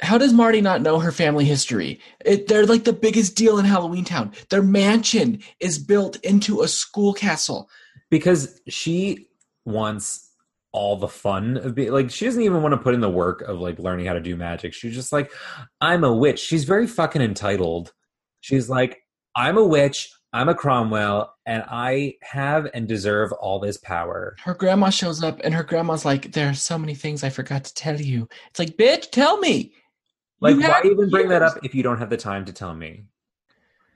Speaker 2: How does Marty not know her family history? It, they're like the biggest deal in Halloween Town. Their mansion is built into a school castle.
Speaker 1: because she wants all the fun of being like she doesn't even want to put in the work of like learning how to do magic she's just like i'm a witch she's very fucking entitled she's like i'm a witch i'm a cromwell and i have and deserve all this power
Speaker 2: Her grandma shows up and her grandma's like, There are so many things I forgot to tell you. It's like, Bitch, tell me.
Speaker 1: like
Speaker 2: You
Speaker 1: why
Speaker 2: have
Speaker 1: even bring that
Speaker 2: years.
Speaker 1: up if you don't have the time to tell me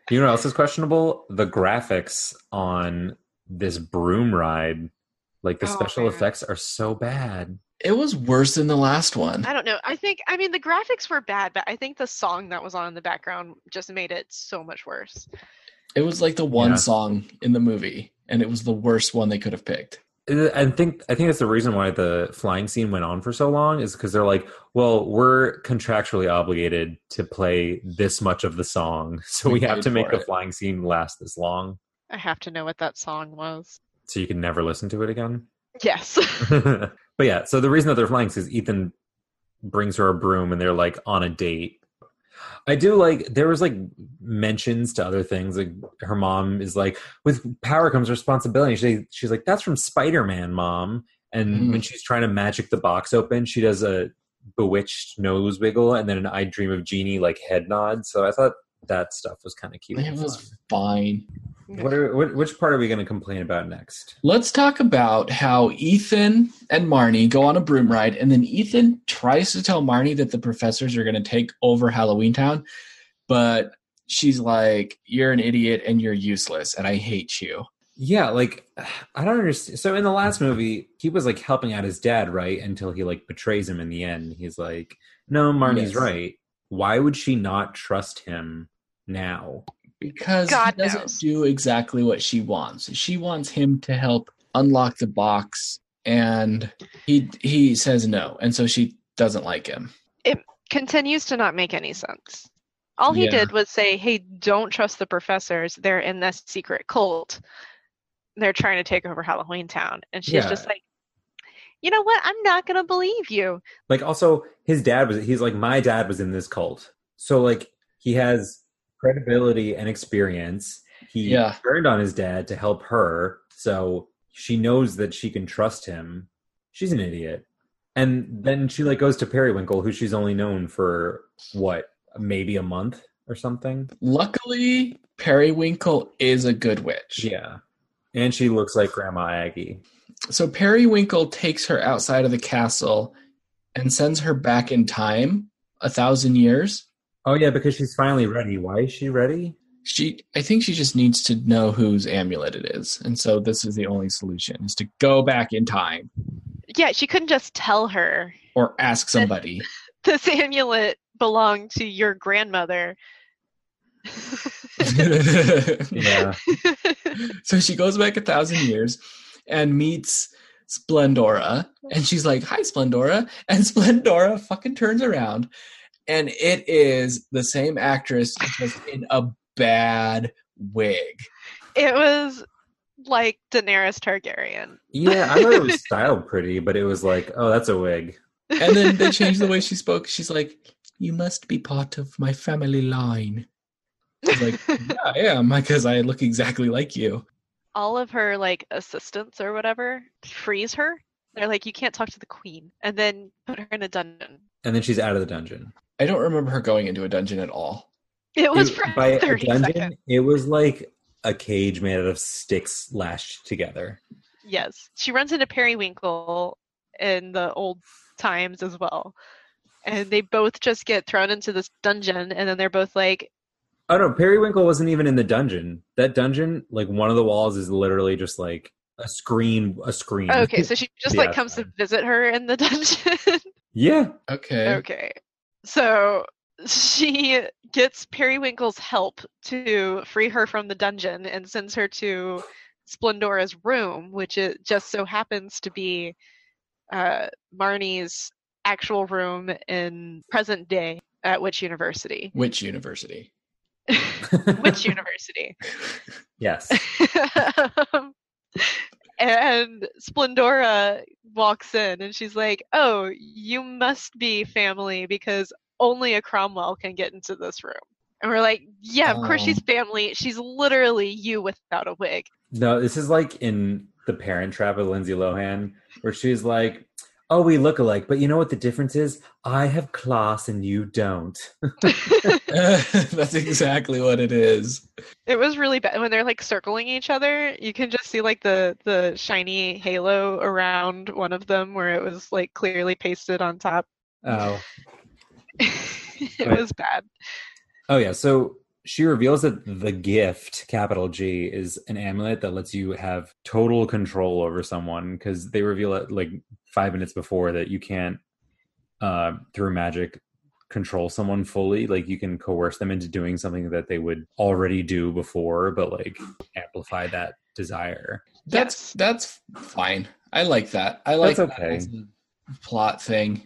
Speaker 1: you know what else is questionable the graphics on this broom ride like the
Speaker 3: Oh,
Speaker 1: special
Speaker 3: man.
Speaker 1: effects are so bad
Speaker 2: It was worse than the last one.
Speaker 3: I don't know. I think I mean the graphics were bad, but I think the song that was on in the background just made it so much worse.
Speaker 2: It was like the one
Speaker 1: Yeah.
Speaker 2: song in the movie. and it was the worst one they could have picked.
Speaker 1: I think I think that's the reason why the flying scene went on for so long is because they're like, well, we're contractually obligated to play this much of the song, [laughs] so
Speaker 2: We
Speaker 1: we have
Speaker 2: paid
Speaker 1: to make
Speaker 2: for
Speaker 1: the
Speaker 2: it.
Speaker 1: flying scene last this long,
Speaker 3: I have to know what that song was.
Speaker 1: so you can never listen to it again.
Speaker 3: Yes. [laughs]
Speaker 1: [laughs] but yeah, so the reason that they're flying is 'cause Ethan brings her a broom and they're like on a date. I do like there was like mentions to other things. Like her mom is like, with power comes responsibility. She, she's like, that's from Spider Man, mom. And
Speaker 2: Mm.
Speaker 1: when she's trying to magic the box open, she does a bewitched nose wiggle and then an I dream of genie like head nod. So I thought that stuff was kind of cute.
Speaker 2: It
Speaker 1: and
Speaker 2: was fine.
Speaker 1: fun. What are, what, which part are we going to complain about next?
Speaker 2: Let's talk about how Ethan and Marnie go on a broom ride, and then Ethan tries to tell Marnie that the professors are going to take over Halloween Town, but she's like, You're an idiot and you're useless, and I hate you.
Speaker 1: Yeah, like I don't understand. So in the last movie, he was like helping out his dad, right? Until he like betrays him in the end. He's like, "No, Marnie's
Speaker 2: Yes.
Speaker 1: right. Why would she not trust him now?"
Speaker 2: Because
Speaker 3: God
Speaker 2: he doesn't
Speaker 3: knows.
Speaker 2: do exactly what she wants. She wants him to help unlock the box, and he he says no, and so she doesn't like him.
Speaker 3: Continues to not make any sense. All he
Speaker 2: Yeah.
Speaker 3: did was say, hey, don't trust the professors. They're in this secret cult. They're trying to take over Halloween Town. And she's
Speaker 1: Yeah.
Speaker 3: just like, you know what? I'm not going to believe you.
Speaker 1: Like also his dad was he's like my dad was in this cult. So like he has credibility and experience. He
Speaker 2: Yeah.
Speaker 1: turned on his dad to help her. So she knows that she can trust him. She's an idiot. And then she like goes to Periwinkle who she's only known for what maybe a month or something.
Speaker 2: Luckily, Periwinkle is a good witch.
Speaker 1: Yeah. And she looks like Grandma Aggie.
Speaker 2: So Periwinkle takes her outside of the castle and sends her back in time a thousand years.
Speaker 1: Oh yeah, because she's finally ready. Why is she ready?
Speaker 2: She, I think she just needs to know whose amulet it is, and so this is the only solution: is to go back in time
Speaker 3: Yeah, she couldn't just tell her
Speaker 2: or ask somebody. [laughs]
Speaker 3: this [laughs] amulet belonged to your grandmother.
Speaker 1: [laughs]
Speaker 3: [laughs]
Speaker 1: Yeah.
Speaker 2: so she goes back a thousand years and meets Splendora, and she's like, "Hi, Splendora," and [laughs] Splendora fucking turns around, and it is the same actress just in a bad wig.
Speaker 3: It was like Daenerys Targaryen.
Speaker 1: yeah, I thought it was styled pretty, but it was like, oh, that's a wig.
Speaker 2: And then they
Speaker 3: [laughs]
Speaker 2: changed the way she spoke. She's like, "You must be part of my family line." She's
Speaker 3: [laughs]
Speaker 2: like, "Yeah, I am, because I look exactly like you."
Speaker 3: all of her like assistants or whatever freeze her. They're like, you can't talk to the queen, and then put her in a dungeon.
Speaker 1: and then she's out of the dungeon.
Speaker 2: I don't remember her going into a dungeon at all.
Speaker 3: It was
Speaker 1: It-
Speaker 3: for
Speaker 1: by a
Speaker 3: thirty
Speaker 1: dungeon,
Speaker 3: seconds.
Speaker 1: it was like a cage made out of sticks lashed together.
Speaker 3: Yes, she runs into Periwinkle in the old times as well, and they both just get thrown into this dungeon, and then they're
Speaker 2: [laughs]
Speaker 3: both like,
Speaker 1: Oh no, Periwinkle wasn't even in the dungeon. That dungeon, like one of the walls, is literally just like a screen. A screen.
Speaker 3: Oh, okay, so she just
Speaker 1: Yeah,
Speaker 3: like comes to visit her in the [laughs] dungeon.
Speaker 1: [laughs] yeah,
Speaker 2: Okay.
Speaker 3: Okay. So she gets Periwinkle's help to free her from the dungeon and sends her to Splendora's room, which it just so happens to be uh, Marnie's actual room in present day at which university? [laughs]
Speaker 2: Which university? [laughs]
Speaker 3: which university?
Speaker 1: [laughs] yes,
Speaker 3: Um, [laughs] and Splendora walks in and she's like, Oh, you must be family because only a Cromwell can get into this room. And we're like, Yeah, of course
Speaker 2: Oh.
Speaker 3: she's family. She's literally you without a wig. [laughs]
Speaker 1: no, this is like in the Parent Trap with Lindsay Lohan, where she's like, "Oh, we look alike, but you know what the difference is? I have class and you don't."
Speaker 2: That's exactly what it is.
Speaker 3: It was really bad when they're like circling each other. You can just see like the the shiny halo around one of them where it was like clearly pasted on top. [laughs]
Speaker 1: Oh,
Speaker 3: it
Speaker 1: Right.
Speaker 3: was bad.
Speaker 1: Oh yeah, so she reveals that the gift, capital G, is an amulet that lets you have total control over someone because they reveal it like five minutes before that you can't uh, through magic control someone fully. Like you can coerce them into doing something that they would already do before, but like amplify that desire.
Speaker 2: That's
Speaker 3: Yes.
Speaker 2: that's fine. I like that. I like
Speaker 1: That's
Speaker 2: that
Speaker 1: okay.
Speaker 2: as a plot thing.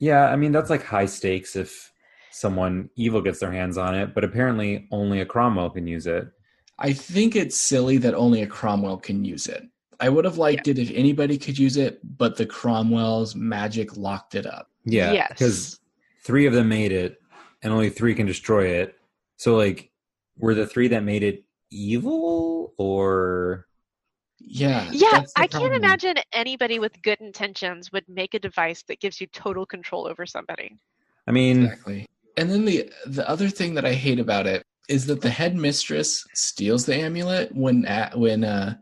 Speaker 1: Yeah, I mean that's like high stakes if someone evil gets their hands on it, but apparently only a Cromwell can use it.
Speaker 2: I think it's silly that only a Cromwell can use it. I would have liked it if anybody could use it, but the Cromwell's magic locked it up.
Speaker 1: Yeah,
Speaker 3: yes.
Speaker 1: because three of them made it, and only three can destroy it. So like, were the three that made it evil or?
Speaker 2: Yeah.
Speaker 3: yeah,
Speaker 2: that's the
Speaker 3: I
Speaker 2: problem.
Speaker 3: can't imagine anybody with good intentions would make a device that gives you total control over somebody.
Speaker 1: I mean,
Speaker 2: Exactly. And then the the other thing that I hate about it is that the headmistress steals the amulet when at, when uh,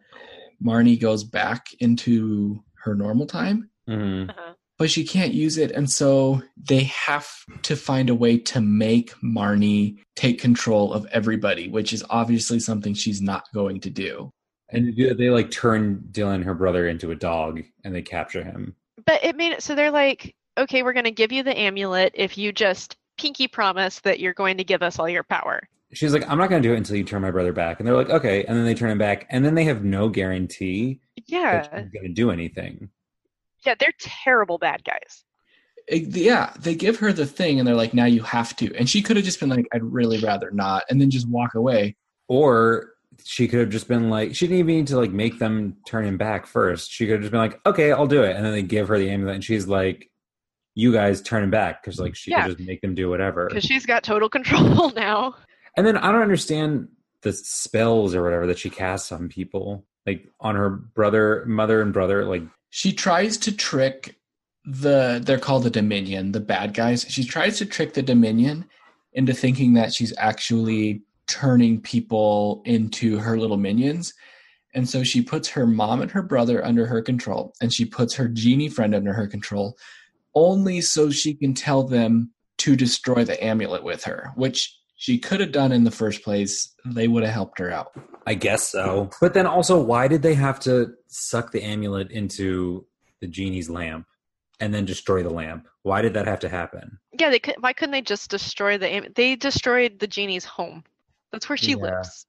Speaker 2: Marnie goes back into her normal time, Mm.
Speaker 1: mhm.
Speaker 3: Uh-huh.
Speaker 2: but she can't use it, and so they have to find a way to make Marnie take control of everybody, which is obviously something she's not going to do.
Speaker 1: and to do that, they like turn Dylan, her brother, into a dog, and they capture him.
Speaker 3: But it made it so they're like, okay, we're going to give you the amulet if you just pinky promise that you're going to give us all your power.
Speaker 1: She's like, "I'm not going to do it until you turn my brother back," and they're like, "Okay," and then they turn him back, and then they have no guarantee
Speaker 3: Yeah.
Speaker 1: that she's going to do anything.
Speaker 3: Yeah, they're terrible bad guys.
Speaker 2: It- yeah, they give her the thing, and they're like, "Now you have to," and she could have just been like, "I'd really rather not," and then just walk away.
Speaker 1: Or she could have just been like, she didn't even need to like make them turn him back first. She could have just been like, okay, I'll do it. And then they give her the amulet and she's like, you guys turn him back because like she
Speaker 3: Yeah.
Speaker 1: could just make them do whatever.
Speaker 3: Because she's got total [laughs] control now.
Speaker 1: And then I don't understand the spells or whatever that she casts on people, like on her brother, mother, and brother. Like,
Speaker 2: she tries to trick the they're called the dominion the bad guys she tries to trick the dominion into thinking that she's actually turning people into her little minions and so she puts her mom and her brother under her control and she puts her genie friend under her control only so she can tell them to destroy the amulet with her which she could have done in the first place they would have helped her out
Speaker 1: I guess so. But then also, why did they have to suck the amulet into the genie's lamp and then destroy the lamp? Why did that have to happen?
Speaker 3: Yeah, they could. Why couldn't they just destroy the? am- They destroyed the genie's home. That's where she
Speaker 1: Yeah.
Speaker 3: lives.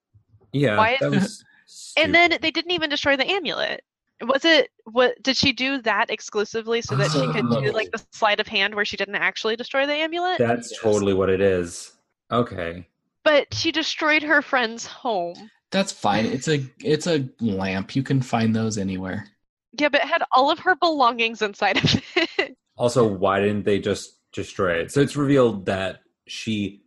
Speaker 1: Yeah.
Speaker 3: Why-
Speaker 1: that was
Speaker 3: [laughs] And then they didn't even destroy the amulet. Was it? What did she do that exclusively so that she could do like the sleight of hand where she didn't actually destroy the [laughs] amulet?
Speaker 1: That's
Speaker 2: Yes.
Speaker 1: totally what it is. Okay.
Speaker 3: but she destroyed her friend's home.
Speaker 2: that's fine it's a it's a lamp you can find those anywhere
Speaker 3: Yeah, but it had all of her belongings inside of [laughs] it.
Speaker 1: Also, why didn't they just destroy it? So it's revealed that she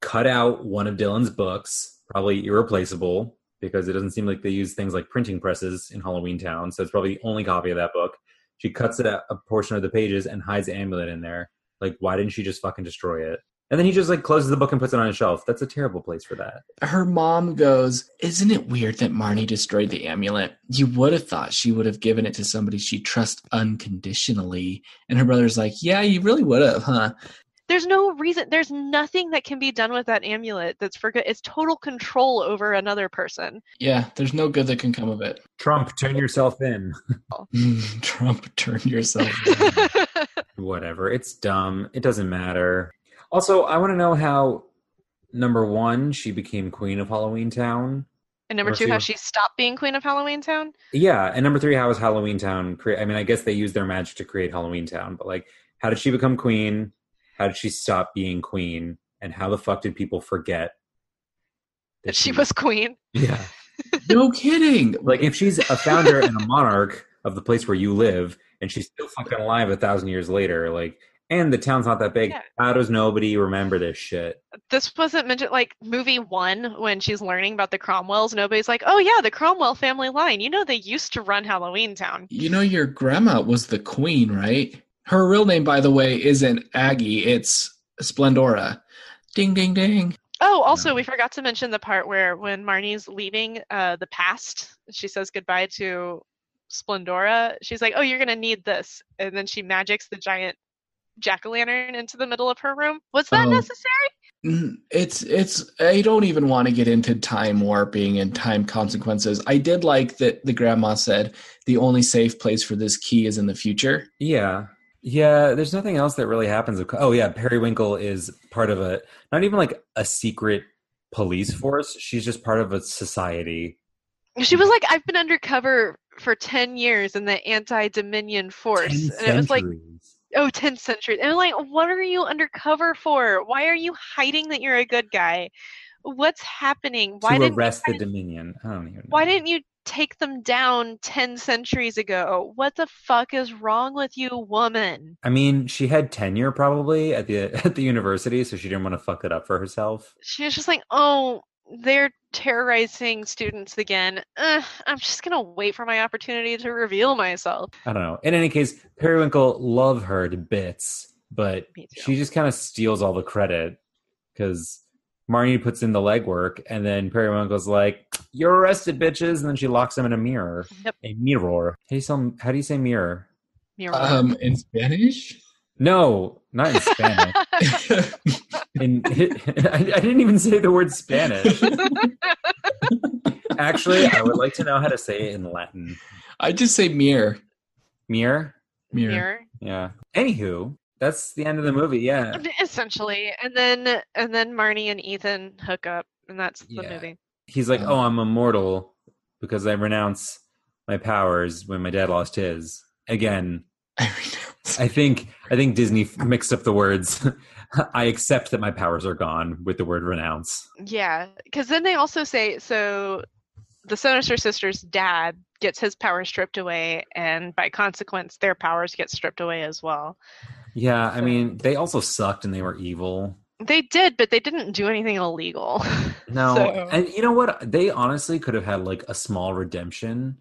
Speaker 1: cut out one of Dylan's books, probably irreplaceable, because it doesn't seem like they use things like printing presses in Halloween Town. So it's probably the only copy of that book. She cuts it out a portion of the pages and hides the amulet in there. Like, why didn't she just fucking destroy it? And then he just like closes the book and puts it on a shelf. That's a terrible place for that.
Speaker 2: her mom goes, Isn't it weird that Marnie destroyed the amulet? You would have thought she would have given it to somebody she trusts unconditionally. And her brother's like, Yeah, you really would have, huh?
Speaker 3: There's no reason. There's nothing that can be done with that amulet. That's for good. It's total control over another person.
Speaker 2: Yeah, there's no good that can come of it. [laughs]
Speaker 1: Trump, turn yourself in.
Speaker 2: Trump, turn
Speaker 1: [laughs]
Speaker 2: yourself. in.
Speaker 3: [laughs] yeah,
Speaker 1: whatever. It's dumb. It doesn't matter. Also, I want to know how number one she became queen of Halloween Town.
Speaker 3: And number
Speaker 1: Or
Speaker 3: two,
Speaker 1: she
Speaker 3: how
Speaker 1: was-
Speaker 3: she stopped being queen of Halloween Town.
Speaker 1: Yeah, and number three, how was Halloween Town create? I mean, I guess they used their magic to create Halloween Town, but like, how did she become queen? How did she stop being queen? And how the fuck did people forget
Speaker 3: That she was queen.
Speaker 1: [laughs] Yeah,
Speaker 2: no kidding.
Speaker 1: like if she's a founder and a monarch of the place where you live, and she's still fucking alive a thousand years later, like, and the town's not that big,
Speaker 3: Yeah.
Speaker 1: how does nobody remember this shit?
Speaker 3: This wasn't mentioned like movie one when she's learning about the Cromwells. Nobody's like, oh yeah, the Cromwell family line. You know they used to run Halloween Town.
Speaker 2: You know, your grandma was the queen, right? Her real name, by the way, isn't Aggie, it's Splendora. Ding, ding, ding.
Speaker 3: Oh, also we forgot to mention the part where when Marnie's leaving uh, the past, she says goodbye to Splendora. She's like, oh, you're gonna need this, and then she magics the giant jack o' lantern into the middle of her room. Was that
Speaker 2: Oh.
Speaker 3: necessary?
Speaker 2: Mm, It's it's I don't even want to get into time warping and time consequences. I did like that the grandma said the only safe place for this key is in the future.
Speaker 1: Yeah. Yeah, there's nothing else that really happens. Oh yeah, Periwinkle is part of a not even like a secret police force. She's just part of a society
Speaker 3: She was like, I've been undercover for 10 years in the anti Dominion force. And it was like, oh, 10 centuries. And I'm like, what are you undercover for? Why are you hiding that you're a good guy? What's happening? Why
Speaker 1: to
Speaker 3: didn't
Speaker 1: arrest
Speaker 3: you,
Speaker 1: the Dominion. I don't even know.
Speaker 3: why didn't you take them down 10 centuries ago? What the fuck is wrong with you, woman?
Speaker 1: I mean, she had tenure probably at the [laughs] at the university, so she didn't want to fuck it up for herself.
Speaker 3: She was just like, oh, they're terrorizing students again. Ugh, I'm just gonna wait for my opportunity to reveal myself.
Speaker 1: I don't know. In any case, Periwinkle love her to bits, but
Speaker 3: Me too.
Speaker 1: she just kind of steals all the credit because Marnie puts in the legwork, and then Periwinkle's like, "You're arrested, bitches!" And then she locks him in a mirror.
Speaker 3: Yep.
Speaker 1: A mirror. How do you say, how do you say mirror?
Speaker 3: Mirror.
Speaker 2: Um, in Spanish. [laughs]
Speaker 1: No, not in Spanish. in, [laughs] I, I didn't even say the word Spanish. Actually, I would like to know how to say it in Latin.
Speaker 2: I just say mirror.
Speaker 1: Mirror.
Speaker 2: Mirror.
Speaker 3: Mirror.
Speaker 1: Yeah. Anywho, that's the end of the movie. Yeah.
Speaker 3: [laughs] Essentially, and then and then Marnie and Ethan hook up, and that's the
Speaker 1: Yeah.
Speaker 3: movie.
Speaker 1: He's like,
Speaker 2: Um,
Speaker 1: "Oh, I'm immortal because I renounce my powers when my dad lost his." Again,
Speaker 2: I renounce.
Speaker 1: I think I think Disney mixed up the words. [laughs] I accept that my powers are gone with the word renounce.
Speaker 3: Yeah, because then they also say so. The Sinister Sisters' dad gets his power stripped away, and by consequence, their powers get stripped away as well.
Speaker 1: Yeah, I mean, they also sucked and they were evil.
Speaker 3: They did, but they didn't do anything illegal. [laughs]
Speaker 1: No,
Speaker 3: So-
Speaker 1: and you know what? They honestly could have had like a small redemption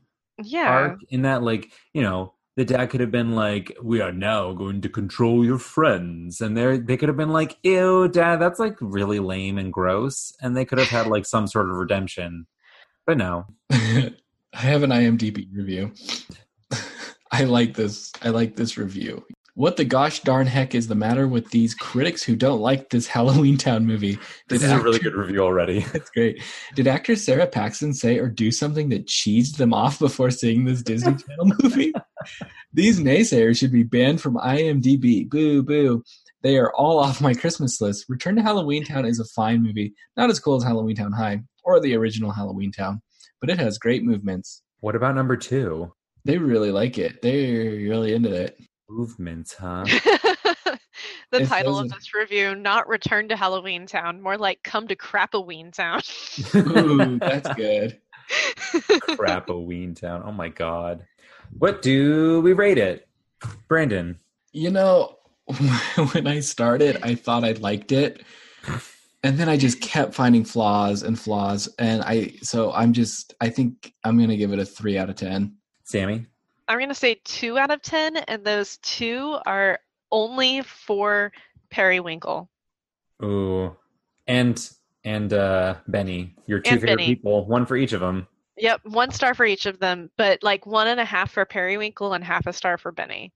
Speaker 2: [laughs]
Speaker 3: yeah.
Speaker 1: arc in that, like you know, the dad could have been like, "We are now going to control your friends," and they they could have been like, "Ew, dad, that's like really lame and gross," and they could have had like some sort of redemption. But no,
Speaker 2: [laughs] I have an IMDb review. [laughs] I like this. I like this review. What the gosh darn heck is the matter with these critics who don't like this Halloween Town movie?
Speaker 1: this
Speaker 2: Did
Speaker 1: is a
Speaker 2: actor-
Speaker 1: really good review already. [laughs]
Speaker 2: That's great. Did actor Sarah Paxton say or do something that cheesed them off before seeing this Disney Channel movie? These naysayers should be banned from IMDb. Boo, boo. They are all off my Christmas list. Return to Halloween Town is a fine movie, not as cool as Halloween Town High or the original Halloween Town, but it has great movements.
Speaker 1: What about number two?
Speaker 2: They really like it. They're really into it.
Speaker 1: Movements, huh?
Speaker 3: [laughs]
Speaker 1: [laughs]
Speaker 3: the
Speaker 2: It
Speaker 3: title
Speaker 2: says
Speaker 3: of
Speaker 2: it-
Speaker 3: this review not return to halloween town more like come to crapaween town [laughs]
Speaker 2: Ooh, that's good.
Speaker 1: Crap, a ween town. Oh my god, what do we rate it, Brandon?
Speaker 2: You know, [laughs] when I started, I thought I liked it. And then I just kept finding flaws and flaws. And I, so I'm just, I think I'm going to give it a three out of 10.
Speaker 1: Sammy.
Speaker 3: i'm going to say two out of ten and those two are only for periwinkle
Speaker 1: Ooh, and and uh Benny, your two
Speaker 3: And
Speaker 1: favorite
Speaker 3: Benny.
Speaker 1: people, one for each of them.
Speaker 3: yep one star for each of them but like one and a half for periwinkle and half a star for benny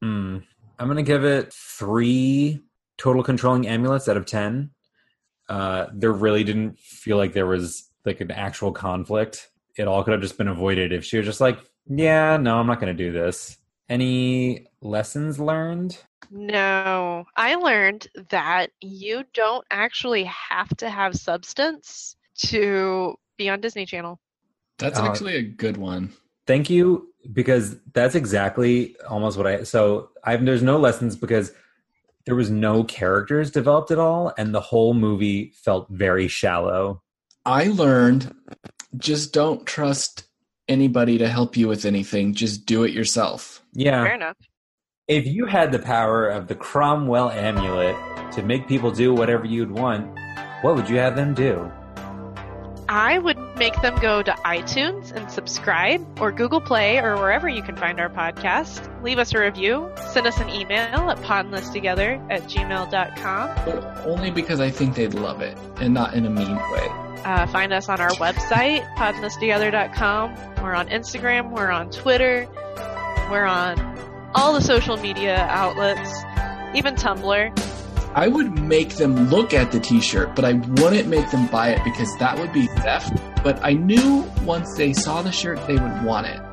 Speaker 1: Hmm. I'm gonna give it three total controlling amulets out of ten. Uh, there really didn't feel like there was like an actual conflict. It all could have just been avoided if she was just like, "Yeah, no, I'm not gonna do this." Any lessons learned?
Speaker 3: no i learned that you don't actually have to have substance to be on disney channel
Speaker 2: That's
Speaker 1: Uh,
Speaker 2: actually a good one.
Speaker 1: Thank you, because that's exactly almost what I. So I've there's no lessons because there was no characters developed at all, and the whole movie felt very shallow.
Speaker 2: I learned just don't trust anybody to help you with anything, just do it yourself.
Speaker 3: fair
Speaker 1: Yeah,
Speaker 3: enough
Speaker 1: if you had the power of the Cromwell amulet to make people do whatever you'd want, what would you have them do?
Speaker 3: I would make them go to iTunes and subscribe, or Google Play, or wherever you can find our podcast. Leave us a review. Send us an email at pondlisttogether at gmail.com.
Speaker 2: But only because I think they'd love it and not in a mean way.
Speaker 3: Uh, find us on our website, pondlisttogether.com. We're on Instagram, we're on Twitter, we're on all the social media outlets, even Tumblr.
Speaker 2: I would make them look at the t-shirt, but I wouldn't make them buy it because that would be theft. But I knew once they saw the shirt, they would want it.